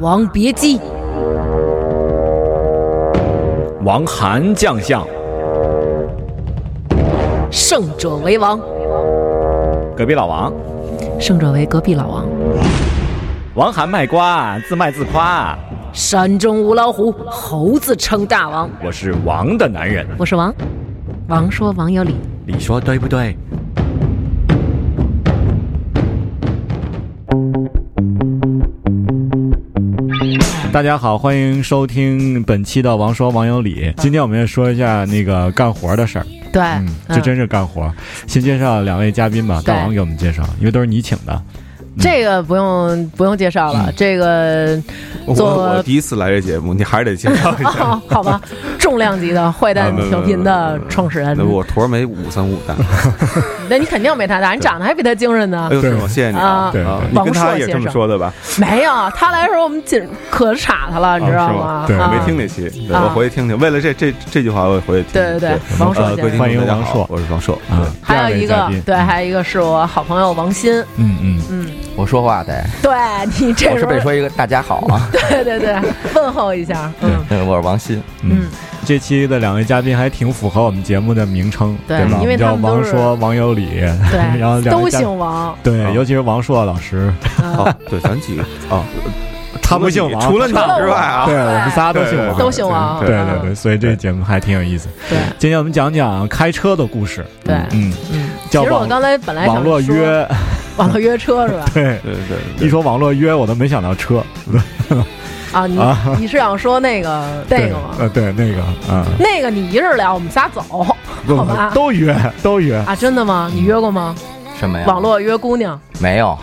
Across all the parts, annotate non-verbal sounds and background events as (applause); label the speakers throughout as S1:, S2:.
S1: 王别姬、
S2: 王韩将相，
S1: 胜者为王，
S2: 隔壁老王，
S3: 胜者为隔壁老王。
S2: 王韩卖瓜，自卖自夸。
S1: 山中无老虎，猴子称大王。
S2: 我是王的男人，
S3: 我是王，王说王有理。
S2: 你说对不对？大家好，欢迎收听本期的《王说王有理》。今天我们要说一下那个干活的事儿，
S3: 对，
S2: 嗯，这真
S3: 嗯
S2: 是干活。先介绍两位嘉宾吧，
S3: 对
S2: 大王给我们介绍，因为都是你请的。
S3: 这个不用不用介绍了，这个
S4: 我
S3: 做
S4: 我第一次来这节目，你还
S3: (laughs)
S4: 是得啊介绍一下。
S3: 好好吧，重量级的坏蛋调频的创始人
S4: 那，我坨儿没五三五大，
S3: 那你肯定没他大，你长得还比他精神呢
S4: (laughs) 哎。呦，
S2: 对
S4: 是吗？谢谢你
S3: 啊
S2: 对
S4: 啊
S2: 对
S4: 你跟
S3: 王
S4: 他
S3: 朔
S4: 也
S3: 先
S4: 这么
S3: 生
S4: 说的吧？
S3: 没有，他来的时候我们紧可差他了，你知道吗
S4: 啊？
S2: 是吗对
S4: 我
S3: 啊
S4: 没听那期，对
S3: 啊
S4: 我回去听听。为了这这这句话，我也回去听。
S3: 对对对，王硕
S4: 呃，各
S3: 先
S4: 位听
S3: 生。
S2: 欢迎
S4: 众大家
S2: 王
S4: 好
S2: 朔
S4: 我是王朔。
S2: 啊，第
S3: 还
S2: 二
S3: 有
S2: 位
S3: 一
S2: 嘉
S3: 个
S2: 宾，
S3: 对，还有一个是我好朋友王鑫，
S2: 嗯嗯，
S3: 嗯，
S5: 我说
S3: (laughs)
S5: 话得，
S3: 对你这
S5: 我
S3: 时
S5: 是
S3: 候
S5: 被说一个大家好啊， (laughs)
S3: 对对对，问候一下，嗯
S5: 嗯我是王鑫，
S2: 嗯，这期的两位嘉宾还挺符合我们节目的名称，
S3: 对
S2: 吧？
S3: 因为他
S2: 叫
S3: 们都
S2: 王
S3: 是
S2: 说王有理， (laughs) 然后
S3: 对，
S2: 两
S3: 都
S2: 位嘉
S3: 姓王，
S2: 对，尤其是王朔老师，
S4: 好，对，咱几个啊，
S2: (laughs) 他不姓王，
S4: 除了你除了你
S3: 除了我
S4: 之外啊，
S2: 对我们仨都姓王，
S3: 都姓王
S2: 对对
S3: 嗯
S2: 对，所以这个节目还挺有意思。
S3: 对
S2: 今天我们讲讲开车的故事，
S3: 对，
S2: 嗯，
S3: 嗯，
S2: 叫
S3: 其实我
S2: 网
S3: 刚才本来想
S2: 网络
S3: 说
S2: 约，？
S3: 网络约车是吧
S2: (laughs) 对，
S4: 对对
S2: 一
S4: 对，
S2: 说网络约，我都没想到车，
S3: 啊，你
S2: 啊
S3: 你是想说那个那
S2: 对
S3: 个吗？
S2: 呃，对，那个，啊，
S3: 那个你一人聊，我们仨走
S2: 不
S3: 好
S2: 不
S3: 吧，
S2: 都约，都约，
S3: 啊？真的吗？你约过吗？
S5: 什么呀？
S3: 网络约姑娘 (laughs)
S5: 没有，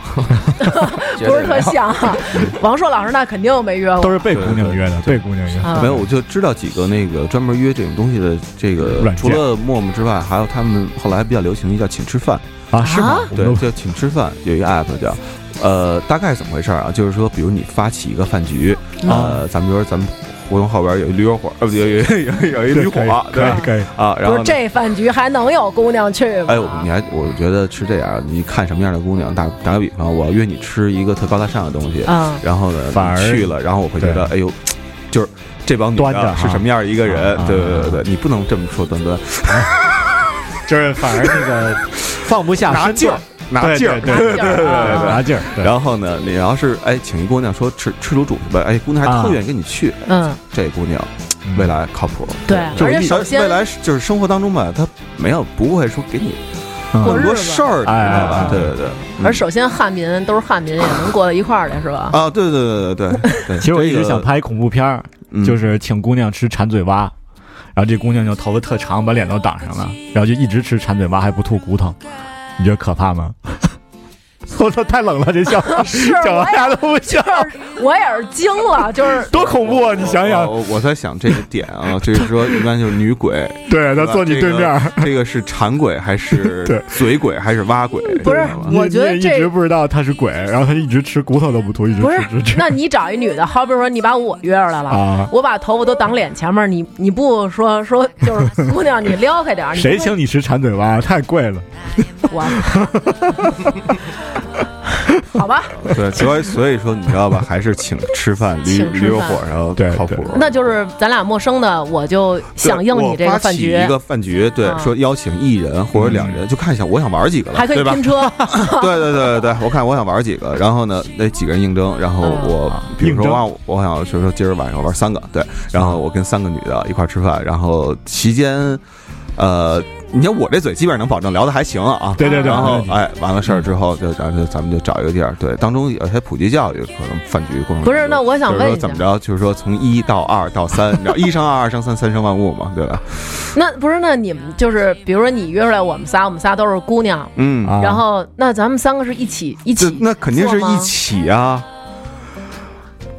S5: 绝
S3: 不
S5: 对
S3: 是特像，啊 (laughs) 王硕老师那肯定没约
S2: 都
S3: 过。
S2: 是被姑娘约的，被姑娘约。
S3: 啊
S4: 没有，我就知道几个那个专门约这种东西的这个
S2: 软件，
S4: 除了陌陌之外，还有他们后来比较流行一叫请吃饭。
S2: 啊，是吗？我们
S4: 对
S2: 都，
S4: 叫请吃饭，有一个 app 叫，呃，大概怎么回事儿啊？就是说，比如你发起一个饭局，
S2: 啊
S4: 呃，咱们比如说咱们胡同后边有一驴友火，呃，不有有有有有一
S2: 对
S4: 驴
S2: 可以
S4: 火，对
S2: 可以
S4: 吧
S2: 可以，
S4: 啊，然
S3: 不
S4: 后
S3: 是
S4: 呢
S3: 这饭局还能有姑娘去吗？
S4: 哎，我你还我觉得是这样，你看什么样的姑娘，打打个比方，我约你吃一个特高大上的东西，
S3: 嗯，
S4: 然后呢，
S2: 啊反而
S4: 你去了，然后我会觉得，哎呦，就是这帮女
S2: 端着
S4: 的
S2: 哈
S4: 是什么样一个人
S2: 啊啊？
S4: 对对对对，你不能这么说端端，
S2: 就是反而那个 (laughs) 放不下
S4: 拿
S2: 身
S4: 劲儿
S2: 段，，
S4: 拿劲儿，
S2: 对
S3: 对对对对对
S2: 拿劲儿，对
S4: 然后呢，你要是哎，请一姑娘说吃吃卤煮去吧，哎，姑娘还
S2: 啊
S4: 特愿意跟你去，
S3: 嗯，
S4: 这姑娘
S2: 嗯
S4: 未来靠谱。
S3: 对
S4: 就
S3: 而
S4: 是
S3: 且
S4: 一
S3: 首先
S4: 未来是就是生活当中吧，她没有不会说给你
S2: 嗯
S3: 过
S4: 很
S3: 日
S4: 多
S3: 子
S4: 事儿，你知道
S2: 哎哎哎
S4: 吧？对对对，嗯
S3: 而首先汉民都是汉民，也能过到一块儿来，是吧？
S4: 啊，对对对对
S3: (laughs)
S4: 对对。
S2: 其实我一直想
S4: 拍，
S2: 拍恐怖片儿，
S4: 嗯
S2: 就是请姑娘吃馋嘴蛙，然后这姑娘就头发特长，把脸都挡上了，然后就一直吃馋嘴蛙还不吐骨头，你觉得可怕吗？我操，太冷了，这笑话
S3: 是
S2: (laughs) 讲
S3: 我
S2: 完大家都不笑，
S3: 也我也是惊了，就是
S2: 多恐怖啊！你想想，
S4: 我哦我我在想这个点啊， (laughs) 就是说一般就是女鬼，
S2: (laughs) 对，她
S4: 对吧
S2: 坐你对面儿，，
S4: 这个这个是馋鬼还
S2: (laughs) 对
S4: 是嘴鬼还是挖鬼？
S3: 不是
S4: 知道吗
S2: 你
S3: 我觉得
S2: 你也
S3: 这
S2: 一直不知道她是鬼，然后她一直吃骨头都不吐，一直
S3: 不是
S2: 吃吃吃。
S3: 那你找一女的，好比说你把我约上来了，
S2: 啊
S3: 我把头发都挡脸前面，你你不说说就是姑娘，你撩开点儿，你
S2: 谁
S3: 不能
S2: 请你吃馋嘴蛙？太贵了，
S3: 我？ (laughs) 好吧，
S4: 对，所以所以说你知道吧，还是请吃饭驴
S3: 请吃饭
S4: 驴肉火烧
S2: 对
S4: 靠谱。
S3: 那就是咱俩陌生的，我就响应你这
S4: 个
S3: 个饭局
S4: 一，个饭局，对
S3: 啊，
S4: 说邀请一人或者两人，
S2: 嗯
S4: 就看一下我想玩几个了，
S3: 还可以
S4: 对吧？
S3: 拼车，
S4: 对对对对对，我看我想玩几个，然后呢，那几个人应征，然后
S3: 嗯
S4: 我比如
S2: 应征
S4: 说啊，我想就是说今儿晚上玩三个，对，然后我跟三个女的一块儿吃饭，然后期间，呃，你看我这嘴基本上能保证聊的还行啊。
S2: 对对对。
S4: 然后
S2: 没问，题
S4: 哎，完了事儿之后，就然后咱们就找一个地儿，对，当中有些普及教育，可能饭局过程
S3: (laughs) 不是？那
S4: 我
S3: 我想问一
S4: 怎
S3: 下
S4: 么，着，就是说从一到二到三，你知道一生二，二生三，三生万物嘛，对吧？
S3: 那不是那你们就是比如说你约出来我们仨，我们仨都是姑娘，
S4: 嗯，
S2: 啊
S3: 然后那咱们三个是一起一
S4: 这
S3: 起，
S4: 那肯定是
S3: 做吗
S4: 一起啊，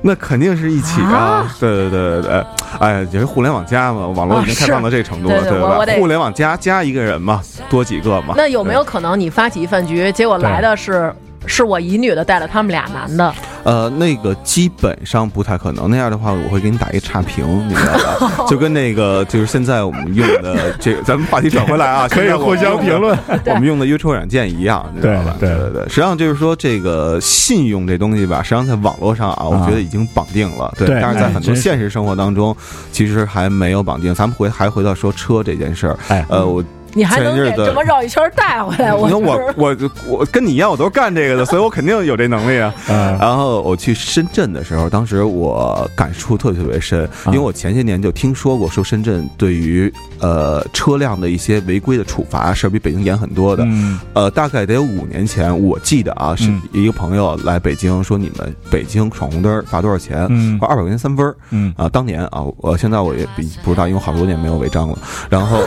S4: 那肯定是一起啊
S3: 啊！
S4: 对对对对对，哎，也是互联网加嘛，网络已经
S3: 啊
S4: 开放到这程度
S3: 是
S4: 了，
S3: 对对我我
S4: 吧
S3: 得？
S4: 互联网加加一个人嘛，多几个嘛。
S3: (laughs) 那有没有可能你发起一饭局，结果来的是是我一女的带了他们俩男的？
S4: 对？呃，那个基本上不太可能，那样的话我会给你打一差评，你知道
S3: (laughs)
S4: 吧？就跟那个就是现在我们用的这个，咱们话题转回
S3: (laughs)
S4: 来啊，
S2: 可以
S4: 现在我
S2: 互
S4: 们
S2: 相
S4: 用的
S2: 评论。
S4: 我们用的约车软件一样，你知道吧？
S2: 对
S4: 对
S2: 对
S4: 对，实际上就是说这个信用这东西吧，实际上在网络上啊，我觉得已经绑定了，对。
S2: 对哎
S4: 但是在很
S2: 哎真
S4: 多
S2: 是
S4: 现实生活当中，其实还没有绑定。咱们回还回到说车这件事儿，
S2: 哎，
S4: 呃，我
S3: 你还能
S4: 前日
S3: 给
S4: 子
S3: 这么绕一圈带回哎来？我
S4: 因为
S3: 我
S4: 我我我跟你一样，我都是干这个的，所以我肯定有这
S2: (laughs)
S4: 能力啊。
S2: 呃，
S4: 然后我去深圳的时候，当时我感触特别特别深，
S2: 啊
S4: 因为我前些年就听说过，说深圳对于呃车辆的一些违规的处罚是比北京严很多的。
S2: 嗯，
S4: 呃，大概得有五年前，我记得啊，是
S2: 嗯
S4: 一个朋友来北京说你们北京闯红灯儿罚多少钱？
S2: 嗯
S4: 罚二百块钱三分儿
S2: 嗯，
S4: 啊！当年啊，我现在我也比不知道，因为我好多年没有违章了。然后，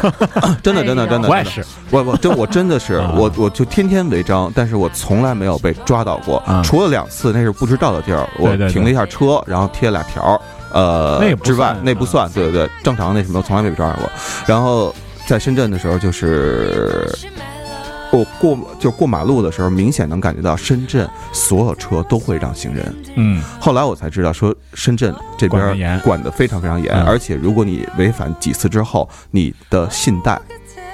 S4: 真的真的真的，
S2: 我也是，
S4: 我我真
S2: (laughs)
S4: 我真的是
S2: 啊
S4: 我我就天天违章，但是我从来没有被抓到过
S2: 啊，
S4: 除了两次那是不知道的地儿，我
S2: 对对对
S4: 停了一下车，然后贴了俩条儿，呃
S2: 那也，不
S4: 之外
S2: 算啊
S4: 那不算，对对对，正常那什么从来没被抓到过。然后在深圳的时候，就是我过就过马路的时候，明显能感觉到深圳所有车都会让行人。
S2: 嗯，
S4: 后来我才知道，说深圳这
S2: 管得
S4: 边
S2: 严
S4: 管得非常非常严，
S2: 嗯
S4: 而且如果你违反几次之后，你的信贷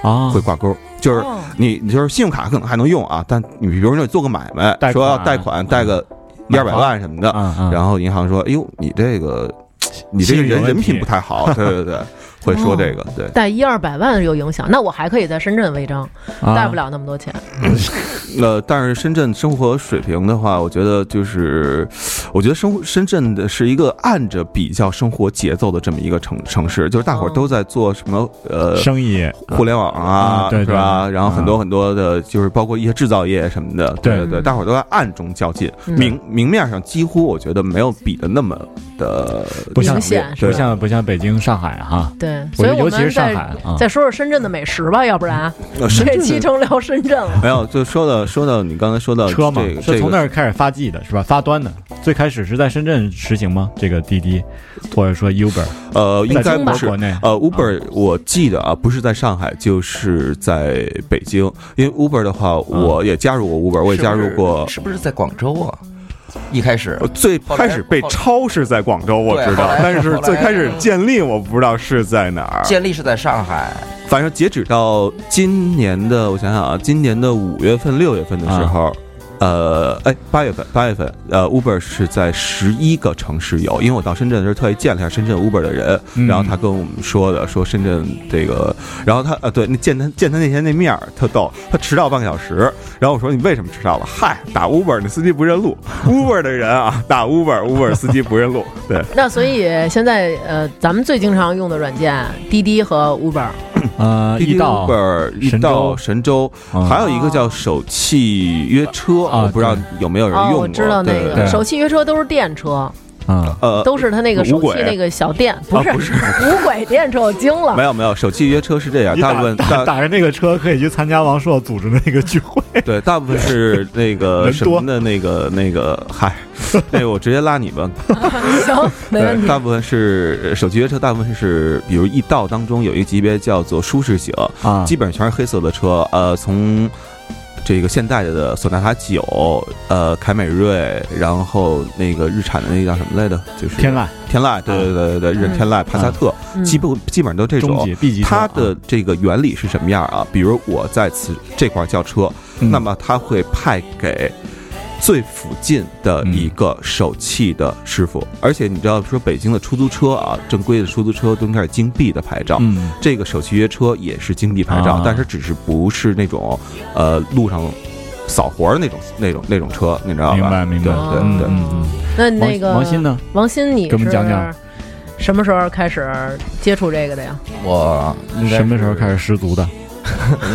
S2: 啊
S4: 会挂钩，就是
S3: 哦
S4: 你你就是信用卡可能还能用啊，但你比如说你做个买卖，
S2: 贷款嗯
S4: 说要贷款贷个一二百万什么的，
S2: 啊啊，
S4: 然后银行说，哎呦，你这个你这个
S2: 信用
S4: 人
S2: 有问
S4: 人
S2: 题
S4: 品不太好，对
S2: (laughs)
S4: 对对，会说这个，对，
S3: 带一二百万有影响，那我还可以在深圳违章，
S2: 啊
S3: 带不了那么多钱。
S4: 呃，但是深圳生活水平的话，我觉得就是，我觉得生深圳的是一个按着比较生活节奏的这么一个城城市，就是大伙儿
S3: 哦
S4: 都在做什么呃
S2: 生意，
S4: 互联网啊，
S2: 嗯对
S4: 是吧？
S2: 对
S4: 然后很多很多的，就是包括一些制造业什么的，
S2: 对
S4: 对对，
S3: 嗯
S4: 大伙儿都在暗中较劲，
S3: 嗯
S4: 明明面上几乎我觉得没有比的那么的
S2: 不像
S3: 明显是
S2: 不
S3: 吧
S2: 像不像北京、上海哈，
S3: 对，
S2: 我
S3: 所以
S2: 觉得
S3: 我
S2: 尤其是
S3: 们
S2: 上
S3: 再
S2: 海啊，
S3: 再说说深圳的美食吧，要不然啊
S4: 呃深
S3: 这期
S4: 圳
S3: 成
S4: 的。
S3: 聊深圳了。
S4: 没有，就说到说到你刚才说到
S2: 车嘛
S4: 呃这个，
S2: 是
S4: 这
S2: 从
S4: 个
S2: 那儿开始发迹的，是吧？发端的，最开始是在深圳实行吗？这个滴滴或者说 Uber，
S4: 呃，应
S2: 在
S4: 该
S2: 中
S4: 不
S2: 国
S4: 是
S2: 国内
S4: 呃，Uber 我记得啊，不是在上海，就是在北京。因为 Uber 的话，
S2: 嗯
S4: 我也加入过 Uber，我也加入过。
S5: 是不是在广州啊？一开始
S4: (laughs)
S6: 呃最开始被抄是在广州，我知
S5: 后
S6: 道
S5: 来，
S6: 但是
S5: 后来
S6: 最开
S2: 嗯
S6: 始建立我不知道是在哪儿。
S5: 建立是在上海，
S4: 反正截止到今年的，我想想啊，今年的五月份、六月份的时候，呃，哎，八月份，八月份，呃，Uber 是在十一个城市有，因为我到深圳的时候特意见了一下深圳 Uber 的人，
S2: 嗯
S4: 然后他跟我们说的，说深圳这个，然后他呃，对，那见他见他那天那面儿特逗，他迟到半个小时，然后我说你为什么迟到了？嗨，打 Uber 那司机不认路，Uber 的人啊，打 Uber，Uber 司机不认路，对，
S3: 那所以现在呃，咱们最经常用的软件滴滴和 Uber，
S2: 呃，
S4: 滴
S2: 易
S4: 滴
S2: 到
S4: Uber 一
S2: 神
S4: 到
S2: 州
S4: 神州，
S2: 嗯
S4: 还有一个叫手气约车，
S2: 啊
S4: 我不知道有没有人用
S3: 哦，
S4: 过。
S3: 我知道那
S4: 对
S3: 个
S2: 对
S3: 手气约车都是电车，
S2: 啊，
S4: 呃，
S3: 都是它那个手
S6: 无
S3: 气
S6: 轨
S3: 那个小电，不是
S4: 啊
S3: (laughs)
S4: 不是
S3: 无轨电车，我惊
S4: 没
S3: 了。
S4: 有没有，手气约车是这样，
S2: 你
S4: 大
S2: 打
S4: 部分
S2: 打
S4: 大
S2: 打着那个车可以去参加王朔组织的那个聚
S4: (laughs)
S2: 会，
S4: 对大部分是那
S2: (laughs)
S4: 个
S2: 人
S4: 什
S2: 多
S4: 么的那个那个，
S2: (laughs)
S4: 嗨，那个我直接拉你吧。
S3: (laughs) 行，没问
S4: 对，
S3: 题。
S4: 大部分是呃手机约车，大部分是比如易道当中有一个级别叫做舒适型，
S2: 啊
S4: 基本上全是黑色的车，呃，从这个现代的索纳塔九，呃，凯美瑞，然后那个日产的那叫什么来着？就是
S2: 天籁、嗯
S4: 天籁，对对对对对，日产天籁、帕萨特，
S3: 嗯
S4: 基本基本上都这
S2: 中
S4: 种
S2: 级、。B 级车，
S4: 它的这个原理是什么样啊？比如我在此这块叫车，
S2: 嗯
S4: 那么它会派给最附近的一个
S2: 嗯
S4: 手气的师傅，而且你知道说北京的出租车啊，正规的出租车都应该是京 B 的牌照，
S2: 嗯
S4: 这个手续约车也是经济牌照，
S2: 啊
S4: 但是只是不是那种呃路上扫活儿的那种那种那种车，你知道吧？
S2: 明白明白
S4: 对
S2: 嗯
S4: 对对。
S2: 嗯嗯，
S3: 那
S2: 王
S3: 那个
S2: 王鑫呢？
S3: 王鑫，你
S2: 给我们
S3: 是
S2: 讲讲
S3: 什么时候开始接触这个的呀？
S5: 我应该
S2: 什么时候开
S5: 始？
S2: 始十足的？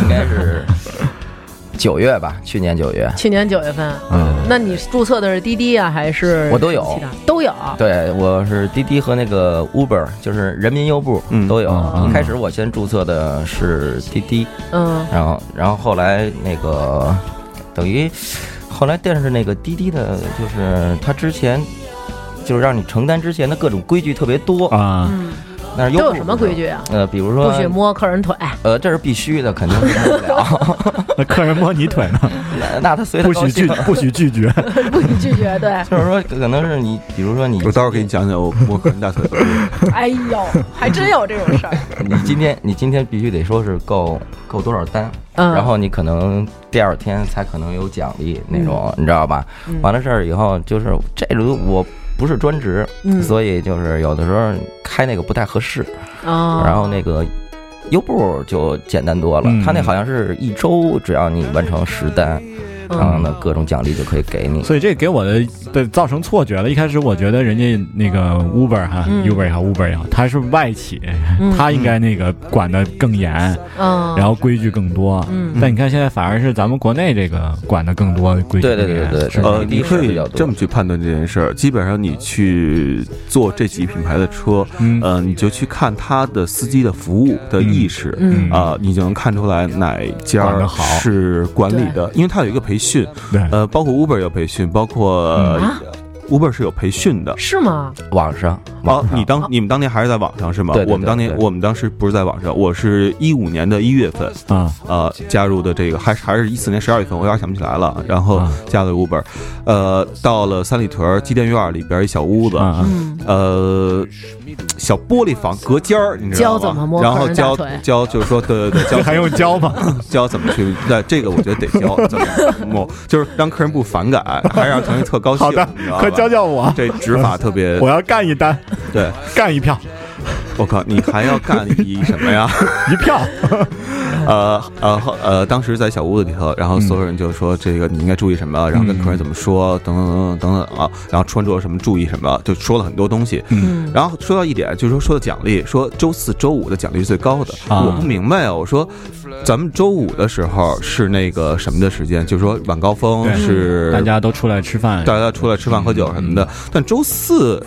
S5: 应该是 (laughs) 九月吧，去年九月。
S3: 去年九月份。
S2: 嗯
S3: 那你注册的是滴滴啊，还是
S5: 我都有
S3: 其他都有。
S5: 对，我是滴滴和那个 Uber，就是人民优步
S4: 嗯
S5: 都有。
S2: 嗯
S5: 一开始我先注册的是滴滴，
S3: 嗯，
S5: 然后然后后来那个等于后来但是那个滴滴的，就是它之前就是让你承担之前的各种规矩特别多。
S2: 啊，
S3: 嗯，
S5: 但是
S3: 都
S5: 优步
S3: 有什么规矩啊？
S5: 不是？呃，比如
S3: 不
S5: 说
S3: 许摸客人腿。 (laughs)
S5: 呃，这是必须的，肯定是摸不了。
S2: (laughs) 那客人摸你腿呢？
S5: 那那他随他
S2: 不
S5: 高
S2: 许 (laughs)
S5: 兴
S2: 拒，不许拒绝。
S3: 不许拒绝，对。
S5: 就是说可能是你，比如说你，
S4: 我待会儿给你讲
S5: (laughs)
S4: 讲我我个人大腿的故事。
S3: 哎呦，还真有这种事儿。
S5: 你今天你今天必须得说是够够多少单，
S3: 嗯
S5: 然后你可能第二天才可能有奖励那种，
S3: 嗯
S5: 你知道吧？完了事儿以后，就是这种我不是专职，
S3: 嗯
S5: 所以就是有的时候开那个不太合适，
S3: 啊，
S5: 然后那个。优步就简单多了
S2: 嗯，
S5: 他那好像是一周，只要你完成十单，
S3: 嗯
S5: 然后呢各种奖励就可以给你。
S2: 所以这给我的的造成错觉了。一开始我觉得人家那个 Uber 哈、
S3: 嗯
S2: u b e r 也好，Uber 也好，它是外企，
S3: 嗯
S2: 它应该那个管得更严，
S3: 嗯，
S2: 然后规矩更多。
S3: 嗯
S2: 但你看现在反而是咱们国内这个管得更多，规矩
S5: 对对
S2: 更
S5: 对
S2: 严
S5: 对对
S2: 是吧
S4: 呃，
S5: 比例
S4: 你可
S5: 是比
S4: 以
S5: 较多
S4: 这么去判断这件事儿。基本上你去做这几品牌的车，
S2: 嗯
S4: 呃，你就去看他的司机的服务的意识。
S3: 嗯
S4: 啊、你就能看出来哪家
S2: 管得
S4: 儿
S2: 好
S4: 是管理的，因为它有一个培训，
S2: 对，啊
S4: 呃，包括 Uber 有培训，包括、
S2: 嗯
S3: 啊
S4: Uber 是有培训的。
S3: 是吗？
S5: 网上，
S4: 啊
S5: 网，上
S4: 你当你们当年还是在网上是吗？
S5: 对对对
S4: 我们当年
S5: 对
S4: 我们当时不是在网上，我是一五年的一月份，
S2: 啊，
S4: 呃加入的这个，还是还是一四年十二月份，我有点想不起来了。然后
S2: 啊
S4: 加了 Uber，呃，到了三里屯儿机电院里边一小屋子，
S2: 啊啊
S3: 嗯
S4: 呃，小玻璃房隔间儿，你知
S3: 教
S4: 道
S3: 怎么
S4: 吗？
S3: 摸
S4: 然后
S3: 客人大
S4: 教
S3: 腿
S4: 教就是说，
S2: (laughs)
S4: 对对对，教
S2: 这还用教吗？
S4: 教怎么去，那这个我觉得得教怎么摸，就是让客人不反感，还让客人特高
S2: (laughs)
S4: 兴。
S2: 好的
S4: 你知道吧
S2: 快教教我，
S4: 这执法特别
S2: 我要干一单，
S4: 对。
S2: 干一票，
S4: 我靠，你还要干一什么
S2: (laughs)
S4: 呀？
S2: 一票。
S4: 呃呃后呃，当时在小屋子里头，然后所有人就说这个你应该注意什么，然后跟客人怎么说，等等等等等等啊，然后穿着什么注意什么，就说了很多东西。
S3: 嗯
S4: 然后说到一点，就是说说到奖励，说周四周五的奖励是最高的。
S2: 啊
S4: 我不明白啊，我说咱们周五的时候是那个什么的时间，就是说晚高峰
S2: 对
S4: 是
S2: 大家都出来吃饭，
S4: 哎大家出来吃饭喝酒什么的，但周四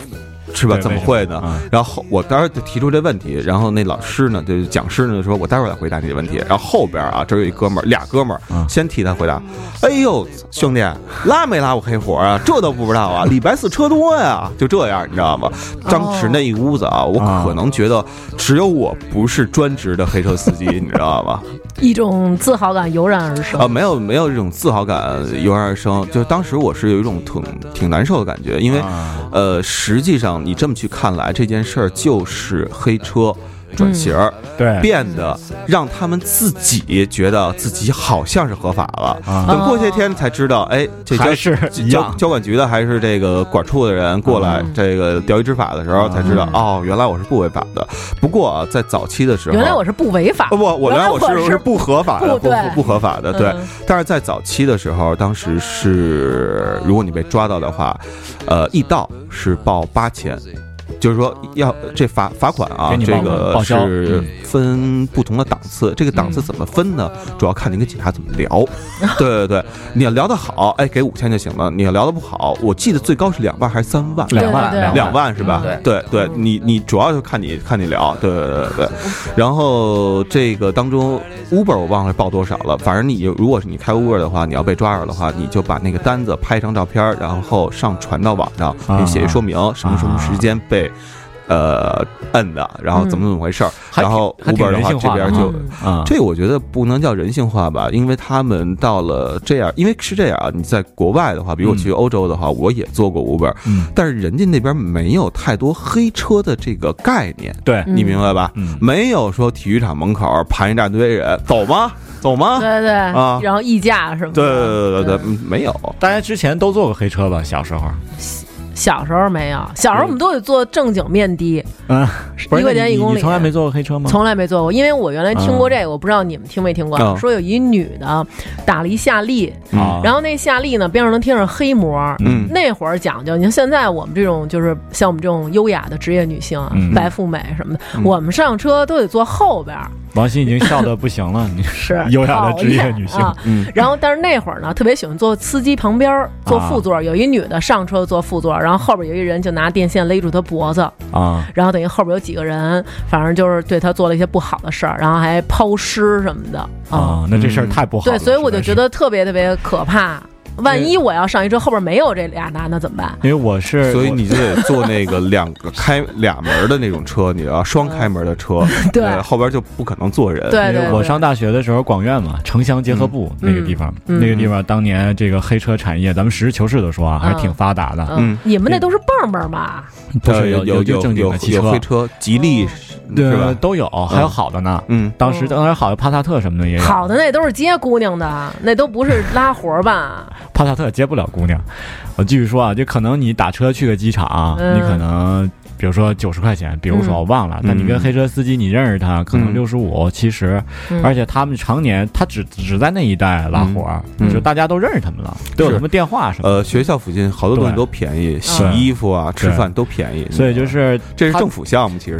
S4: 是吧？
S2: 嗯对
S4: 怎么会呢？
S2: 为什么啊
S4: 然后我当时就提出这问题，然后那老师呢，就是讲师呢就说，我待会儿再回答你这问题。然后后边啊，这儿有一哥们儿，俩哥们儿、
S2: 嗯
S4: 先替他回答。哎呦，兄弟，拉没拉我黑活啊？这都不知道啊？礼拜四车多呀，就这样，你知道吗？当时那一屋子啊，我
S2: 啊
S4: 可能觉得只有我不是专职的黑车司机，你知道吗？
S3: 一种自豪感油然而生
S4: 啊，。没有没有这种自豪感油然而生，就当时我是有一种挺挺难受的感觉，因为、
S2: 啊
S4: 呃，实际上你这么去看来，这件事儿就是黑车。
S3: 嗯
S4: 转型儿、
S2: 对
S4: 变得让他们自己觉得自己好像是合法了，
S2: 啊
S4: 等过些天才知道，哎，这交
S2: 还是一
S4: 交
S2: 样
S4: 交管局的还是这个管处的人过来
S3: 嗯
S4: 这个调一执法的时候才知道，哦，原来我是不违法的。不过啊，在早期的时候，
S3: 原来我是不违法
S4: 啊，不，我
S3: 原
S4: 原来
S3: 来
S4: 我是
S3: 我是
S4: 不合法的，
S3: 不
S4: 不
S3: 对
S4: 不不合法的，对。
S3: 嗯
S4: 但是在早期的时候，当时是如果你被抓到的话，呃，易到是报八千。就是说要这罚罚款啊
S2: 给，你
S4: 这
S2: 报
S4: 个
S2: 报销
S4: 是分不同的档次，这个档次怎么分呢？主要看你跟警察怎么
S2: (laughs)
S4: 聊。对对对，你要聊得好，哎，给五千就行了；你要聊得不好，我记得最高是两万还是三万？
S2: 两
S3: 对对
S2: 万
S3: 对
S4: 两万是吧？
S5: 嗯
S4: 对对，你你主要就看你看你聊，对对对对。然后这个当中，Uber 我忘了报多少了，反正你如果是你开 Uber 的话，你要被抓着的话，你就把那个单子拍一张照片，然后上传到网上，
S2: 啊
S4: 你写一说明，什么什么时间被。呃，摁的，然后怎么怎么回事儿，
S2: 还挺
S4: 然后
S2: 嗯还挺
S4: Uber 的话
S2: 人性
S4: 这
S2: 化的
S4: 边就
S3: 嗯
S2: 啊，
S4: 这我觉得不能叫人性化吧，因为他们到了这样，因为是这样啊，你在国外的话，比如我去欧洲的话，我也做过 Uber，
S2: 嗯
S4: 但是人家那边没有太多黑车的这个概念，
S2: 对，
S4: 你明白吧？
S2: 嗯
S4: 没有说体育场门口盘一大堆人，走吗？走吗？
S3: 对对
S4: 啊
S3: 然后溢价什么
S4: 对
S3: 的。
S4: 对对对对，嗯没有。
S2: 大家之前都坐过黑车吧？小时候，
S3: 小时候没有，小时候我们都得坐正经面的，
S2: 嗯，不是
S3: 一块钱
S2: 你
S3: 一公里
S2: 你从来没坐过黑车吗？啊
S3: 从来没坐过。因为我原来听过这个，我不知道你们听没听过
S4: 啊，
S3: 说有一女的打了一夏利，
S2: 啊，
S3: 然后那夏利呢边上能贴上黑膜，
S4: 嗯，
S3: 那会儿讲究，你看现在我们这种就是像我们这种优雅的职业女性啊，
S2: 嗯
S3: 白富美什么的，我们上车都得坐后边儿，
S2: 王鑫已经笑的不行 (laughs) 了，你
S3: 是
S2: 优雅的职业女性
S3: 讨厌啊。
S4: 嗯
S3: (laughs) 然后，但是那会儿呢，特别喜欢坐司机旁边儿坐
S2: 啊
S3: 副座儿，有一女的上车坐副座儿，然后后边有一人就拿电线勒住她脖子，
S2: 啊，
S3: 然后等于后边有几个人，反正就是对她做了一些不好的事儿，然后还抛尸什么的啊。
S2: 啊，那这事儿太不好了。
S3: 对，所以我就
S2: 实在
S3: 觉
S2: 是
S3: 得特别特别可怕。万一我要上一车，后边没有这俩男的怎么 (laughs) 办？
S2: 因为我是，
S4: 所以你就得坐那个两个开俩门的那种车，你要双开门的车，
S3: (laughs) 对
S4: 呃后边就不可能坐人。
S3: 对
S2: 因
S3: 对
S2: 为
S3: 对，
S2: 我上大学的时候，广院嘛，城乡结合部那个地方，
S3: 嗯
S2: 那个地方当年这个黑车产业，咱们实事求是的说啊，还是挺发达的。
S3: 嗯
S4: 嗯，
S3: 你们那都是蹦蹦吧？
S2: 不
S4: 呃
S2: 是
S4: 有
S2: 有
S4: 有
S2: 正经
S4: 有
S2: 的汽
S4: 有黑车，吉利
S3: 哦
S4: 是
S2: 对
S4: 吧？
S2: 都有，还有好的呢。
S4: 嗯，
S2: 当时
S3: 嗯
S2: 当然好的帕萨特什么的也有，
S3: 好的那都是接姑娘的，那都不是拉活儿吧？
S2: 帕萨特接不了姑娘。我继续说啊，就可能你打车去个机场，
S3: 嗯
S2: 你可能比如说九十块钱，比如说
S3: 嗯
S2: 我忘了，但你跟黑车司机你认识他，可能
S4: 嗯
S2: 六十五、七十，
S3: 嗯
S2: 而且他们常年他只只在那一带拉活儿，
S4: 嗯
S2: 就大家都认识他们了，都有
S4: 是
S2: 什么电话什么的。
S4: 呃，学校附近好多东西都便宜，洗衣服啊、吃饭都便宜，
S2: 所以就是
S4: 这是
S2: 他
S4: 政府项目，其实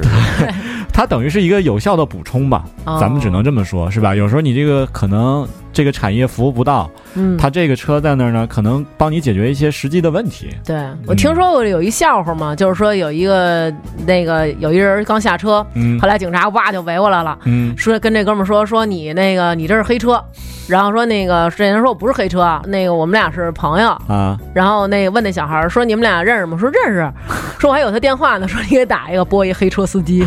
S2: 它等于是一个有效的补充吧，
S3: 哦
S2: 咱们只能这么说，是吧？有时候你这个可能这个产业服务不到，
S3: 嗯，
S2: 它这个车在那儿呢，可能帮你解决一些实际的问题。
S3: 对我听说过有一笑话嘛，就是说有一个那个有一人刚下车，
S2: 嗯
S3: 后来警察哇就围过来了。
S2: 嗯，
S3: 说跟这哥们儿说说你那个你这是黑车，然后说那个这人说我不是黑车，啊那个我们俩是朋友，
S2: 啊，
S3: 然后那个问那小孩儿说你们俩认识吗？说认识，说我还有他电话呢，说你给打一个拨一黑车司机，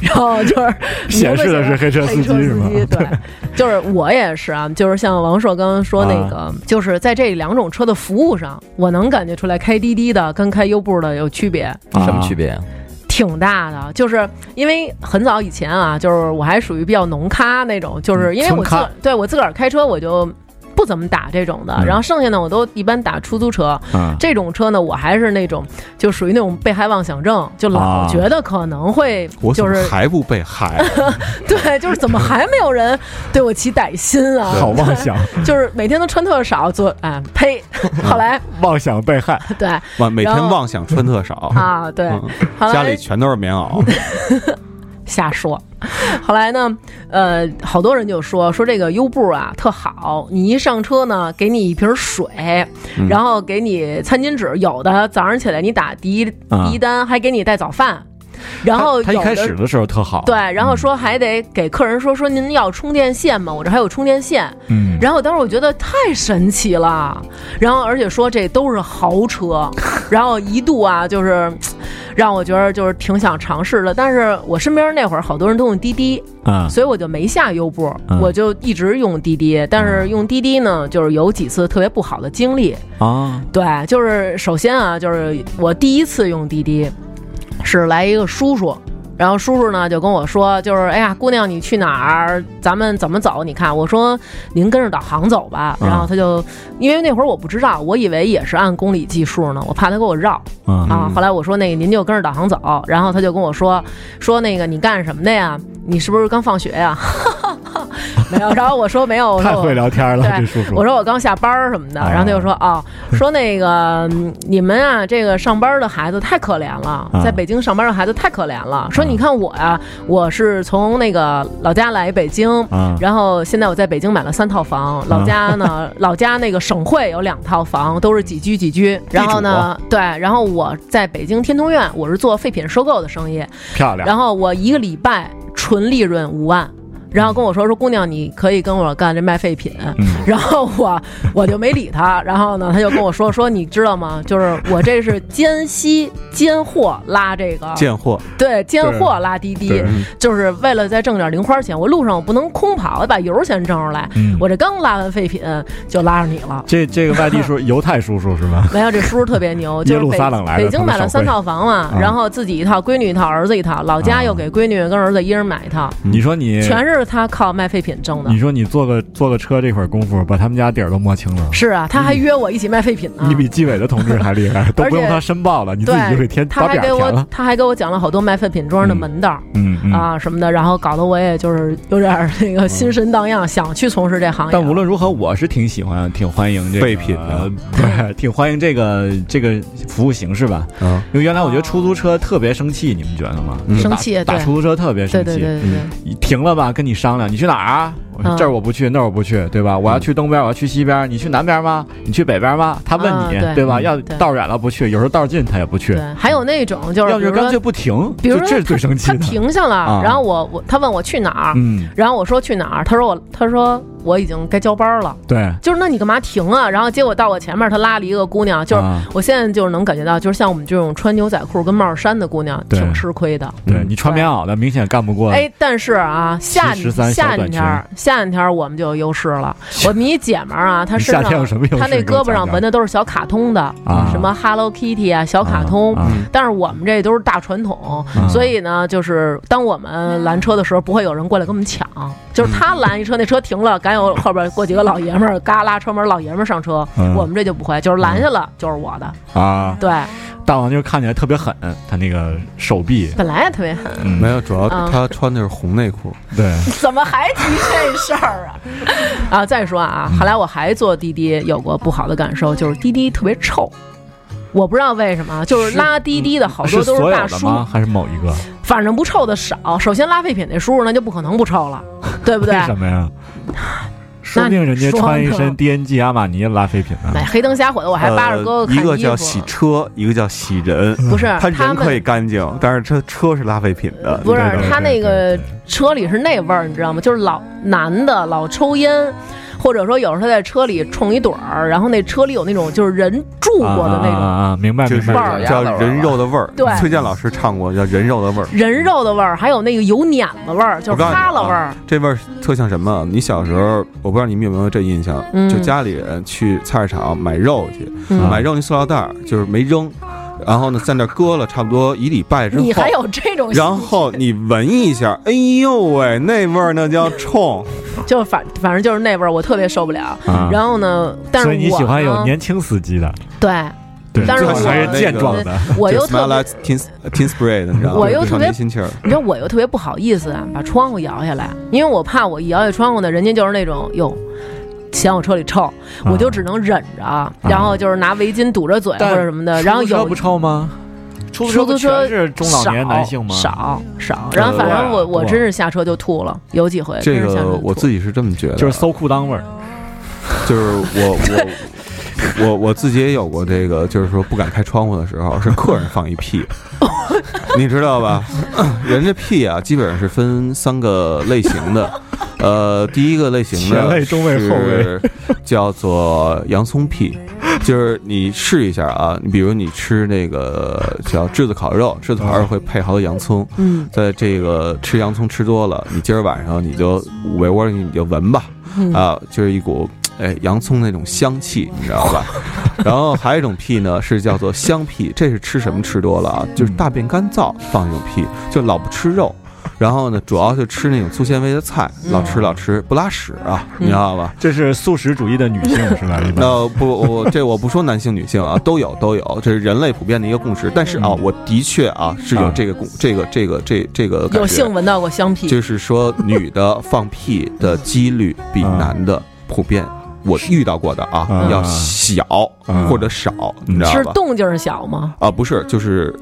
S3: 然后就是
S2: 显示的是黑车司机是吗
S3: 黑车司机对， (laughs) 就是我也是啊，就是像王硕刚刚说那个，
S2: 啊
S3: 就是在这两种车的服务上，我能感觉出来开滴滴的跟开优步的有区别。
S2: 啊
S5: 什么区？别啊？
S3: 挺大的，就是因为很早以前啊，就是我还属于比较农咖那种，就是因为我
S2: 村
S3: 自
S2: 嗯咖
S3: 个儿对我自个儿开车我就不怎么打这种的，
S2: 嗯
S3: 然后剩下呢我都一般打出租车，
S2: 啊，
S3: 这种车呢我还是那种就属于那种被害妄想症，就
S2: 啊
S3: 老觉得可能会
S4: 我怎
S3: 就
S4: 么
S3: 是、
S4: 还不被害？啊
S3: (laughs) 对，就是怎么还没有人对我起歹心啊？
S2: 好
S3: (laughs)
S2: 妄想，
S3: 就是每天都穿特少，做哎呸， (laughs) 后来
S2: 妄想被害。
S3: 对
S4: 哇，每天
S3: 然后
S4: 妄想穿特少，
S3: 啊对，
S4: 嗯
S3: 后来
S4: 家里全都是棉袄。
S3: 瞎说。后来呢，呃，好多人就说说这个优步啊特好，你一上车呢，给你一瓶水，
S2: 嗯
S3: 然后给你餐巾纸，有的早上起来你打第一、
S2: 啊
S3: 第一单还给你带早饭， (laughs) 然后
S2: 他他一
S3: 有
S2: 开
S3: 的
S2: 始的时候特好，
S3: 对，，然后说还得给客人说说您要充电线吗？我这还有充电线。
S2: 嗯，
S3: 然后当时我觉得太神奇了，然后而且说这都是豪车，然后一度啊就是让我觉得就是挺想尝试的，但是我身边那会儿好多人都用滴滴，
S2: 啊，
S3: 所以我就没下优步，
S2: 嗯
S3: 我就一直用滴滴，但是用滴滴呢，就是有几次特别不好的经历，
S2: 啊，
S3: 对，就是首先啊，就是我第一次用滴滴，是来一个叔叔，然后叔叔呢就跟我说，就是哎呀，姑娘你去哪儿？咱们怎么走？你看，我说您跟着导航走吧。
S2: 嗯
S3: 然后他就，因为那会儿我不知道，我以为也是按公里计数呢，我怕他给我绕
S2: 啊，
S3: 啊。后来我说那个您就跟着导航走，然后他就跟我说说那个你干什么的呀？你是不是刚放学呀？ (laughs) 没有。然后我说没有，我说
S2: 太
S3: 我
S2: 会聊天了，这
S3: 对
S2: 叔叔。
S3: 我说我刚下班儿什么的，
S2: 啊
S3: 然后他就说哦，说那个嗯你们啊，这个上班的孩子太可怜了
S2: 啊，
S3: 在北京上班的孩子太可怜了。说你看我呀、我是从那个老家来北京。
S2: 啊，
S3: 然后现在我在北京买了三套房，老家
S2: (laughs)
S3: 呢，老家那个省会有两套房，都是几居几居。
S2: 啊
S3: 然后呢，对，然后我在北京天通苑，我是做废品收购的生意，
S2: 漂亮，
S3: 然后我一个礼拜纯利润五万，然后跟我说说姑娘，你可以跟我干这卖废品。
S2: 嗯
S3: 然后我我就没理他，然后呢，他就跟我说说你知道吗？就是我这是奸西奸货拉这个，
S4: 贱货，
S3: 对，奸货拉滴滴
S2: 对，
S3: 就是为了再挣点零花钱。我路上我不能空跑，我把油钱挣出来。
S2: 嗯
S3: 我这刚拉完废品就拉上你了。
S2: 这这个外
S3: (laughs)
S2: 地叔犹太叔叔是吧？
S3: 没有，这叔叔特别
S2: (laughs)
S3: 牛，就
S2: 耶
S3: 是
S2: 路
S3: 北
S2: 撒冷来的
S3: 北京买了三套房嘛
S2: 啊，
S3: 然后自己一套，闺女一套，儿子一套，老
S2: 啊
S3: 家又给闺女跟儿子一人买一套，
S2: 你说你
S3: 全是他靠卖废品挣的
S2: 你。说你坐个坐个车这会儿功夫，把他们家底儿都摸清了。
S3: 是啊，他还约我一起卖废品呢。
S2: 你比纪委的同志还厉害，都不用他申报了，你自己就给
S3: 嗯对
S2: 填，把
S3: 他还
S2: 表
S3: 给
S2: 填
S3: 我
S2: 了，。
S3: 他还给我讲了好多卖废品庄的门道、
S2: 嗯嗯。
S3: 啊什么的，然后搞得我也就是有点儿那个心神荡漾，想去从事这行业。
S2: 但无论如何，我是挺喜欢、挺欢迎这个
S4: 废品的，
S2: 对， (laughs) 挺欢迎这个这个服务形式吧。
S4: 嗯，
S2: 因为原来我觉得出租车特别生气，你们觉得吗？
S4: 嗯
S2: 就打
S3: 生气对
S2: 打出租车特别
S3: 对
S2: 生
S3: 对
S2: 气。嗯
S3: 对对对，
S2: 你停了吧，跟你商量，你去哪儿啊？我说
S3: 嗯
S2: 这儿我不去，那儿我不去，对吧？
S4: 嗯
S2: 我要去东边，我要去西边，你去南边吗？你去北边吗？他问
S3: 啊
S2: 你，
S3: 对
S2: 吧？
S3: 嗯
S2: 要
S3: 对
S2: 道远了不去，有时候道近他也不去
S3: 对，还有那种就是
S2: 要
S3: 比
S2: 是
S3: 如
S2: 干脆
S3: 说，
S2: 不停，
S3: 比如
S2: 就
S3: 说
S2: 这是最生气
S3: 他
S2: 的。
S3: 停下了，
S2: 啊
S3: 然后我我他问我去哪儿，
S2: 嗯，
S3: 然后我说去哪儿，他说我他说我已经该交班了。
S2: 对，
S3: 就是那你干嘛停啊？然后结果到我前面，他拉了一个姑娘，就是
S2: 啊
S3: 我现在就是能感觉到，就是像我们这种穿牛仔裤跟帽衫的姑娘
S2: 对
S3: 挺吃亏的。
S2: 对你穿棉袄的明显干不
S3: 嗯
S2: 过。
S3: 哎，但是啊，夏
S2: 七十三小
S3: 夏
S2: 短裙
S3: 天儿夏天儿我们就有优势
S2: (laughs)
S3: 了。我们一姐们儿啊，她身
S2: 夏天
S3: 上
S2: 有什么优势
S3: 她那胳膊上纹的都是小卡通的，
S2: 啊
S3: 什么 Hello Kitty 啊，小
S2: 啊
S3: 卡通。
S2: 啊
S3: 但是我们这都是大传统，
S2: 啊
S3: 所以呢，就是当我们拦车的时候，不会有人过来跟我们抢。就是他拦一车，那车停了，赶有后边过几个老爷们儿，嘎拉车门，老爷们儿上车。
S2: 嗯
S3: 我们这就不会，就是拦下了就是我的。
S2: 啊！
S3: 对，
S2: 大王就是看起来特别狠，他那个手臂，
S3: 本来也特别狠，
S2: 嗯
S4: 没有，主要
S3: 嗯
S4: 他穿的是红内裤，
S2: 对，
S3: (laughs) 怎么还提这事儿啊？ (laughs) 啊，再说啊，后来我还坐滴滴有过不好的感受，就是滴滴特别臭。我不知道为什么，啊就是拉滴滴的好多
S2: 嗯是
S3: 都
S2: 所
S3: 大
S2: 有的
S3: 叔，
S2: 吗？还是某一个？
S3: 反正不臭的少。首先拉废品那叔叔那就不可能不臭
S2: (laughs)
S3: 了，对不对
S2: 为？什么呀？说不定人家穿一
S3: 说呢
S2: 身 DNG 阿玛尼拉菲品呢
S3: 哎，。黑灯瞎火的，我还扒着哥哥
S4: 呃
S3: 看衣
S4: 一
S3: 服。
S4: 个叫洗车，一个叫洗人。
S3: 不是
S4: 他
S3: 他
S4: 人可以
S3: 们
S4: 干净，但是他车是拉废品的。
S3: 不是
S2: 对对对
S3: 他那
S2: 对
S3: 个
S2: 对
S3: 车里是那味儿，你知道吗？就是老男的老抽烟，或者说有时候他在车里冲一盹儿，然后那车里有那种就是人住过的那
S2: 啊啊
S3: 种
S2: 啊啊！明白
S4: 就
S2: 明
S4: 是
S2: 白
S3: 味。儿
S4: 叫人肉的味儿。
S3: 对
S4: 崔健老师唱过叫人肉的味儿。
S3: 人肉的味儿，还有那个油碾子味儿，就
S4: 我
S3: 是
S4: 告诉你
S3: 哈喇味儿
S4: 啊。，这味儿特像什么？你小时候，我不知道你们有没有这印象，
S3: 嗯
S4: 就家里人去菜市场买肉去，
S3: 嗯
S2: 啊
S4: 买肉那塑料袋儿就是没扔，然后呢在那儿搁了差不多一礼拜之后
S3: 你，还有这种习惯，
S4: 然后你闻一下，哎呦喂，那味儿那叫冲，
S3: 就反反正就是那味儿，我特别受不了。
S2: 啊
S3: 然后呢，但是
S2: 所以你
S3: 我
S2: 喜欢有
S3: 呢
S2: 年轻司机的， (laughs)
S3: 对，
S2: 对，
S3: 但是
S2: 最好
S3: 我
S2: 还是健壮的。
S3: 我
S4: 就
S3: 又特
S4: smell
S3: 别
S4: like teen teen spray 的，你知道吗？
S3: 我又特别
S4: 新气儿。
S3: 你知道我又特别不好意思啊，把窗户摇下来，因为我怕我一摇下窗户呢，人家就是那种哟，嫌我车里
S2: 啊
S3: 臭，我就只能忍着，然后就是拿围巾堵着嘴或者什么的，然后
S2: 啊出租车
S3: 有
S2: 不臭吗？出
S3: 出租
S2: 不
S3: 车
S2: 全是中老年男性吗？
S3: 少少，然后反
S2: 对啊
S3: 正我我
S2: 对
S3: 真是下车就吐了，有几回
S4: 这
S3: 真是下车
S4: 个
S3: 就
S4: 我
S3: 吐
S4: 自己是这么觉得，
S2: 就是馊裤裆味儿。
S4: 就是我我我我自己也有过这个，就是说不敢开窗户的时候，是客人放一屁，你知道吧？ (clears throat) 人这屁啊，基本上是分三个类型的。呃，第一个类型
S2: 前
S4: 呢
S2: 卫中卫后卫
S4: 是叫做洋葱屁，就是你试一下啊，你比如你吃那个叫炙子烤肉，炙子烤肉会配好多洋葱，
S3: 嗯
S4: 在这个吃洋葱吃多了，你今儿晚上你就捂被窝里你就闻吧，
S3: 嗯
S4: 啊，就是一股哎洋葱那种香气，你知道吧？ (laughs) 然后还有一种屁呢，是叫做香屁，这是吃什么吃多了啊？就是
S3: 嗯
S4: 大便干燥放一种屁，就老不吃肉。然后呢，主要就吃那种粗纤维的菜，老吃
S3: 嗯
S4: 老吃不拉屎啊，你知道吧？
S2: 这是素食主义的女
S3: (laughs)
S2: 性是吧？一般
S4: 那不，我这我不说男性女性啊，都有都有，这是人类普遍的一个共识。但是啊，
S2: 嗯
S4: 我的确啊是有
S2: 啊
S4: 这个共这个这个这这个
S3: 嗯
S4: 感
S3: 有
S4: 觉
S3: 幸，闻到过香屁，
S4: 就是说女的放屁的几率比
S2: 啊
S4: 男的普遍。我遇到过的啊，
S2: 啊
S4: 要小
S2: 啊
S4: 或者少，你知
S3: 是
S4: 道吧？
S3: 动静小吗？
S4: 啊，不是，就是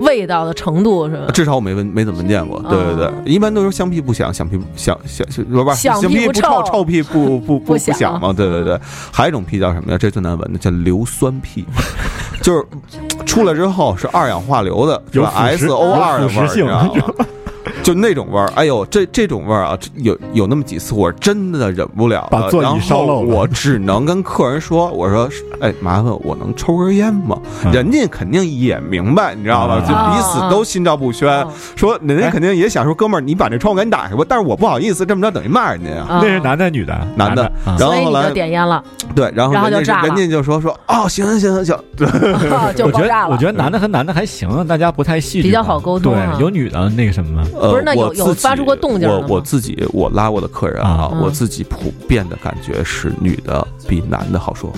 S3: 味道的程度是吧？
S4: 至少我没闻，没怎么闻见过。
S3: 啊
S4: 对对对，一般都说香屁不响，响屁响响响，不是不是
S3: 响屁
S4: 嗯响屁
S3: 不
S4: 不
S3: 臭
S4: 臭，臭屁 (laughs) 不
S3: 不
S4: 不不
S3: 响
S4: 响嗯嘛。对对对，还有一种屁叫什么呀？这最难闻的叫硫酸屁， (laughs) 就是出来之后是二氧化硫的，是吧
S2: 有腐蚀
S4: ？SO 二的
S2: 有
S4: 味
S2: 腐蚀
S4: 儿，你知
S2: 性
S4: 道吗？就那种味儿，哎呦，这这种味儿啊，这有有那么几次我真的忍不了了，
S2: 把座椅
S4: 然后
S2: 烧漏了
S4: 我只能跟客人说，我说，哎，麻烦我能抽根烟吗？
S2: 嗯
S4: 人家肯定也明白，你知道吧？
S2: 啊
S4: 就彼此都心照不宣，
S2: 呃
S3: 啊
S4: 说人家肯定也想说，哥们儿，你把这窗户赶紧打开吧。但是我不好意思这么着，等于骂人家呀。
S3: 啊
S2: 那是男的女的？
S4: 男的
S2: 的。啊
S4: 然后
S3: 所以你
S4: 后来
S3: 就点烟了， (laughs)
S4: 对，然后
S3: 然后就
S4: 人
S3: 炸
S4: 家
S3: 了
S4: 人家就说说哦，行行行行，对，
S3: 就
S2: 我觉
S3: 爆炸了。
S2: 得我觉得男的和男的还行，大家不太戏剧化，
S3: 比较好沟通啊
S2: 对，有女的那个什么，
S4: 呃
S3: 不是那有
S4: 我自己
S3: 有发出过动静儿
S4: 我
S3: 的吗
S4: 我自己我拉我的客人啊
S2: 啊，
S3: 嗯
S4: 我自己普遍的感觉是女的比男的好说话。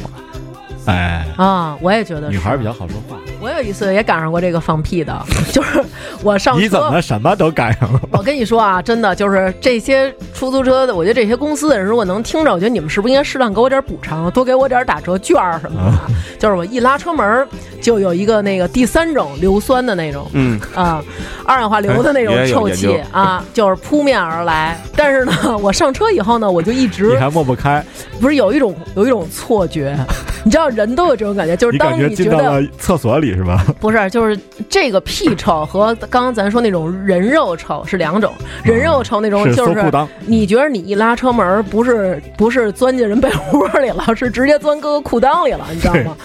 S2: 哎，
S3: 啊，我也觉得
S2: 女
S3: 是
S2: 孩比较好说话。
S3: 我有一次也赶上过这个放屁的， (laughs) 就是我上车，
S2: 你怎么什么都赶上了？
S3: 我跟你说啊，真的就是这些出租车的，我觉得这些公司的人如果能听着，我觉得你们是不是应该适当给我点补偿，多给我点打折券儿什么的。就是我一拉车门儿，就有一个那个第三种硫酸的那种
S4: 嗯，
S3: 啊、二氧化硫的那种
S4: 哎也有
S3: 臭气
S4: 研究
S3: 啊，就是扑面而来。但是呢，我上车以后呢，我就一直
S2: 你还抹不开，
S3: 不是有一种有一种错觉，你知道人都有这种感觉，就是
S2: 你感
S3: 当
S2: 觉
S3: 你
S2: 进
S3: 觉
S2: 到
S3: 得
S2: 了厕所里是吧？
S3: 不是，就是这个屁臭和刚刚咱说那种人肉臭是两种。人肉臭那种
S2: 是
S3: 就
S2: 搜裤
S3: 是
S2: 裆，
S3: 你觉得你一拉车门儿，不是不是钻进人被窝里了，是直接钻哥哥裤裆里了，你知道吗？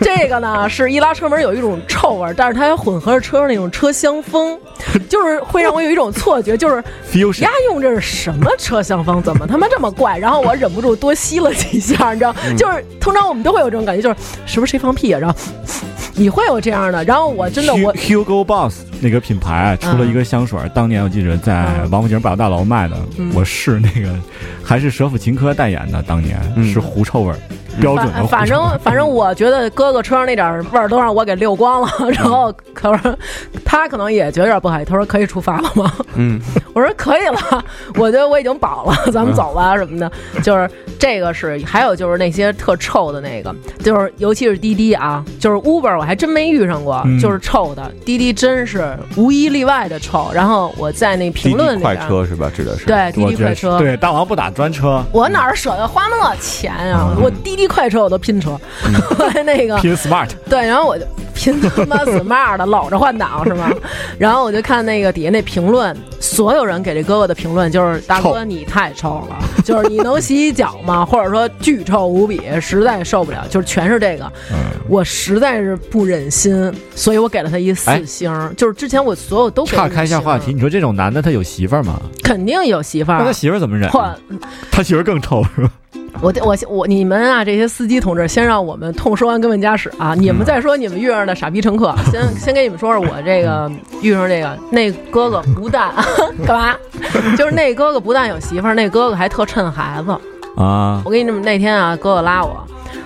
S3: 这个呢，是一拉车门有一种臭味儿，但是它还混合着车上那种车厢风，就是会让我有一种错觉，就是
S2: fusion
S3: 呀，用这是什么车厢风？怎么他妈这么怪？然后我忍不住多吸了几下，你知道，就是通常我们都会有这种感觉，就是是不是谁放屁啊？然后 (laughs) 你会有这样的，然后我真的我
S2: Hu- Hugo Boss 那个品牌出了一个香水儿，当年我记着在
S3: 嗯
S2: 王府井百货大楼卖的，
S3: 嗯
S2: 我试那个还是舍甫琴科代言的，当年、
S4: 嗯
S2: 是狐臭味儿，标准的狐臭味
S3: 反反
S2: 儿
S3: 正反正我觉得哥哥车上那点儿味儿都让我给溜光了，(laughs)
S2: 嗯
S3: 然后可是他可能也觉得有点不好意思，他说可以出发了吗？ (laughs)
S4: 嗯，
S3: 我说可以了，我觉得我已经饱了，
S2: 嗯
S3: 咱们走吧什么的。就是这个是，还有就是那些特臭的那个，就是尤其是滴滴啊，就是 Uber 我还真没遇上过，
S2: 嗯
S3: 就是臭的滴滴真是无一例外的臭。然后我在那
S4: 滴
S3: 评论
S4: 滴
S3: 里边
S4: 快
S3: 儿，
S4: 车是吧？指的是，
S3: 对滴
S2: 我
S3: 滴
S2: 觉得
S3: 快
S2: 是
S3: 车，
S2: 对大王不打专车，
S3: 我哪儿舍得花那么多钱啊？
S2: 嗯
S3: 我滴滴快车我都拼车， (laughs) 那个
S2: 拼
S3: (laughs)
S2: smart，
S3: 对，然后我就拼他妈 smart 的，搂着换挡是吗？然后我就看那个底下那评论，所有人给这哥哥的评论就是：大哥
S2: 臭
S3: 你太臭了，就是你能洗洗脚吗？或者说巨臭无比，实在受不了，就是全是这个，我实在是不忍心，所以我给了他一
S2: 哎
S3: 四星儿。就是之前我所有都给
S2: 岔
S3: 了
S2: 开一下
S3: 星
S2: 话
S3: 儿
S2: 题，，你说这种男的他有媳妇儿吗？
S3: 肯定有媳妇
S2: 那他
S3: 儿。
S2: 媳妇儿怎么忍？
S3: 嚯，
S2: 他媳妇儿更臭是吧？
S3: 我我我你们啊，这些司机同志，先让我们痛说完根本家史啊！
S2: 嗯
S3: 你们再说你们遇上的傻逼乘客，先先给你们说说我这
S2: 嗯
S3: 个遇上这个那哥哥不但 (laughs) 干嘛，就是那哥哥不但有媳妇儿，那哥哥还特趁孩子。
S2: 啊，
S3: 我跟你们那天啊，哥哥拉我，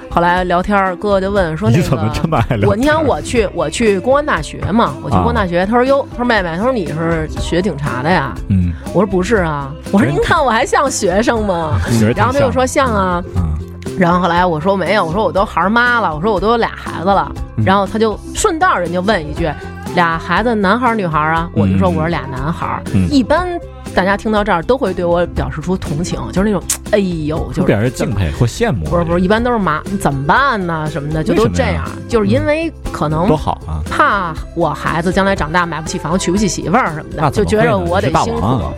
S3: 后来聊天儿，哥哥就问说那
S2: 你
S3: 个
S2: 怎么这么爱聊？啊
S3: 我你想，我去我去公安大学嘛，我去公安大学，他说哟，他说妹妹，他说你是学警察的呀？
S2: 嗯，
S3: 我说不是啊，我说您看我还像学生吗？
S2: 觉得挺
S3: 然后他就
S2: 像
S3: 说像啊，
S2: 嗯
S3: 然后后来我说没有，我说我都孩儿妈了，我说我都有俩孩子了。
S2: 嗯
S3: 然后他就顺道人家问一句，俩孩子男孩儿女孩儿啊？我就说
S2: 嗯
S3: 我是俩男孩儿。
S2: 嗯
S3: 一般大家听到这儿都会对我表示出同情，就是那种哎呦，
S2: 就
S3: 就
S2: 表示
S3: 是
S2: 敬佩或羡慕，
S3: 不是不是，一般都是妈你怎么办呢什么的，就
S2: 为什
S3: 都
S2: 么
S3: 这
S2: 呀
S3: 样，就是因为可能
S2: 多嗯好啊！
S3: 怕我孩子将来长大买不起房、娶不起媳妇儿什么
S2: 那
S3: 的，
S2: 怎
S3: 就
S2: 么
S3: 觉
S2: 会
S3: 着
S2: 呢
S3: 我
S2: 你
S3: 得
S2: 是大
S3: 辛苦
S2: 王啊。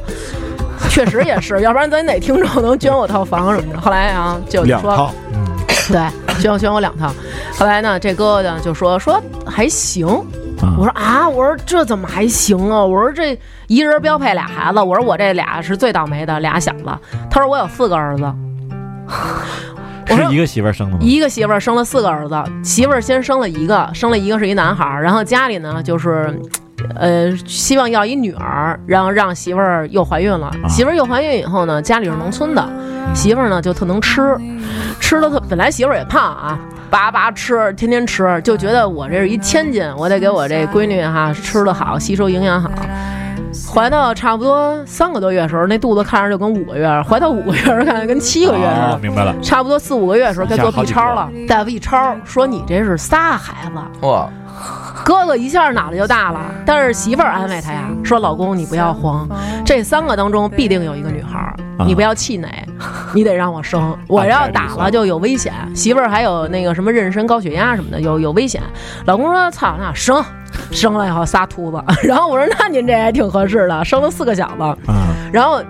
S3: 确实也是，要不然咱哪听众能捐我套房什么的？后来啊，就
S4: 两
S3: 说
S4: 套，
S3: (laughs) 对，选我选我两套。后来呢，这哥哥呢就说说还行。
S2: 啊
S3: 我说啊，我说这怎么还行啊？我说这一人标配俩孩子，我说我这俩是最倒霉的俩小子。他说我有四个儿子，我说
S2: 是一个媳妇儿生的吗？
S3: 一个媳妇儿生了四个儿子，媳妇儿先生了一个，生了一个是一男孩儿，然后家里呢就是。呃，希望要一女儿，然后让媳妇儿又怀孕了。媳妇儿又怀孕以后呢，家里是农村的，媳妇儿呢就特能吃，吃的特本来媳妇儿也胖啊，叭叭吃，天天吃，就觉得我这是一千斤，我得给我这闺女哈吃的好，吸收营养好。怀到差不多三个多月的时候，那肚子看着就跟五个月似的；怀到五个月的时候，看着跟七个月似的。
S2: 哦明白了，
S3: 差不多四五个月的时候该做 B 超
S2: 吓
S3: 了，大夫一超说你这是仨孩子，
S5: 哇，
S3: 哥哥一下脑袋就大了。但是媳妇儿安慰他呀，说老公你不要慌，这三个当中必定有一个女孩儿，你不要气馁，你得让我生，我要打了就有危险。媳妇儿还有那个什么妊娠高血压什么的，有有危险。老公说操，那生。生了以后仨秃子， (laughs) 然后我说那您这也挺合适的，生了四个小子，
S2: 嗯，
S3: 然后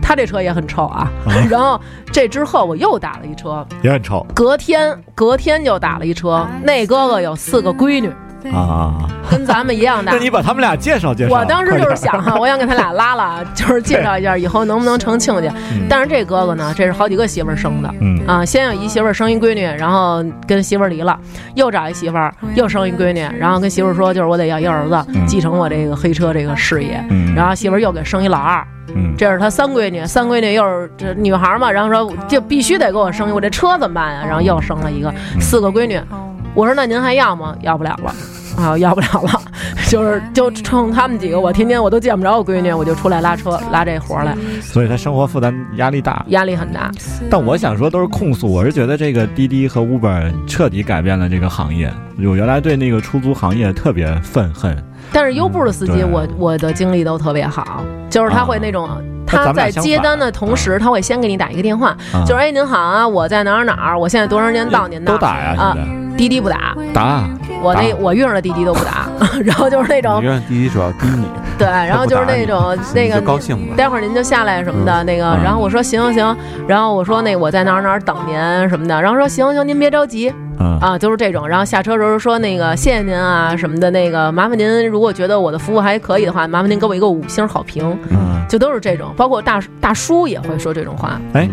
S3: 他这车也很臭啊，然后这之后我又打了一车，
S2: 也很臭
S3: 隔天隔天就打了一车，那哥哥有四个闺女，
S2: 啊啊！啊
S3: 跟咱们一样大
S2: 那。你把他们俩介绍介绍。
S3: 我当时就是想
S2: 快点
S3: 哈，
S2: 儿，
S3: 我想给他俩拉拉，就是介绍一下以后能不能成亲家。但是这哥哥呢，这是好几个媳妇儿生的。
S2: 嗯
S3: 啊，先有一媳妇儿生一闺女，然后跟媳妇儿离了，又找一媳妇儿，又生一闺女，然后跟媳妇儿说，就是我得要一儿子，继承我这个黑车这个事业。
S2: 嗯
S3: 然后媳妇儿又给生一老二，
S2: 嗯
S3: 这是他三闺女，三闺女又是这女孩嘛，然后说就必须得给我生一，我这车怎么办呀？然后又生了一个，
S2: 嗯
S3: 四个闺女。我说那您还要吗？要不了了。啊，要不了了， (laughs) 就是就冲他们几个，我天天我都见不着我闺女，我就出来拉车拉这活儿来，
S2: 所以他生活负担压力大。
S3: 压力很大。
S2: 但我想说都是控诉，我是觉得这个滴滴和 Uber 彻底改变了这个行业。我原来对那个出租行业特别愤恨，
S3: 但是优步的司机，
S2: 嗯对啊
S3: 我我的经历都特别好，就是他会那种，
S2: 咱
S3: 他
S2: 们俩
S3: 在
S2: 相
S3: 接
S2: 反
S3: 单的同时，他会先给你打一个电话，
S2: 啊
S3: 就是哎，您好啊，我在哪儿哪儿哪儿，我现在多长时间到您那
S2: 都
S3: 儿？
S2: 打呀，
S3: 啊
S2: 现在
S3: 滴滴不打，
S2: 打
S3: 我那
S2: 打
S3: 我遇上的滴滴都不
S2: (laughs)
S3: 打，然后就是那种
S4: 你让滴滴主要滴你，
S3: 对，然后就是那种 (laughs) 那
S4: 你
S3: 个
S4: 就高兴呗。
S3: 待会儿您就下来什么的，那个，
S2: 嗯
S3: 然后我说行行行，然后我说那我在哪儿哪儿等您什么的，然后说行行，您别着急
S2: 嗯
S3: 啊，就是这种，然后下车时候说那个谢谢您啊什么的，那个麻烦您如果觉得我的服务还可以的话，麻烦您给我一个五星好评，
S2: 嗯，
S3: 就都是这种，包括大大叔也会说这种话，
S2: 哎，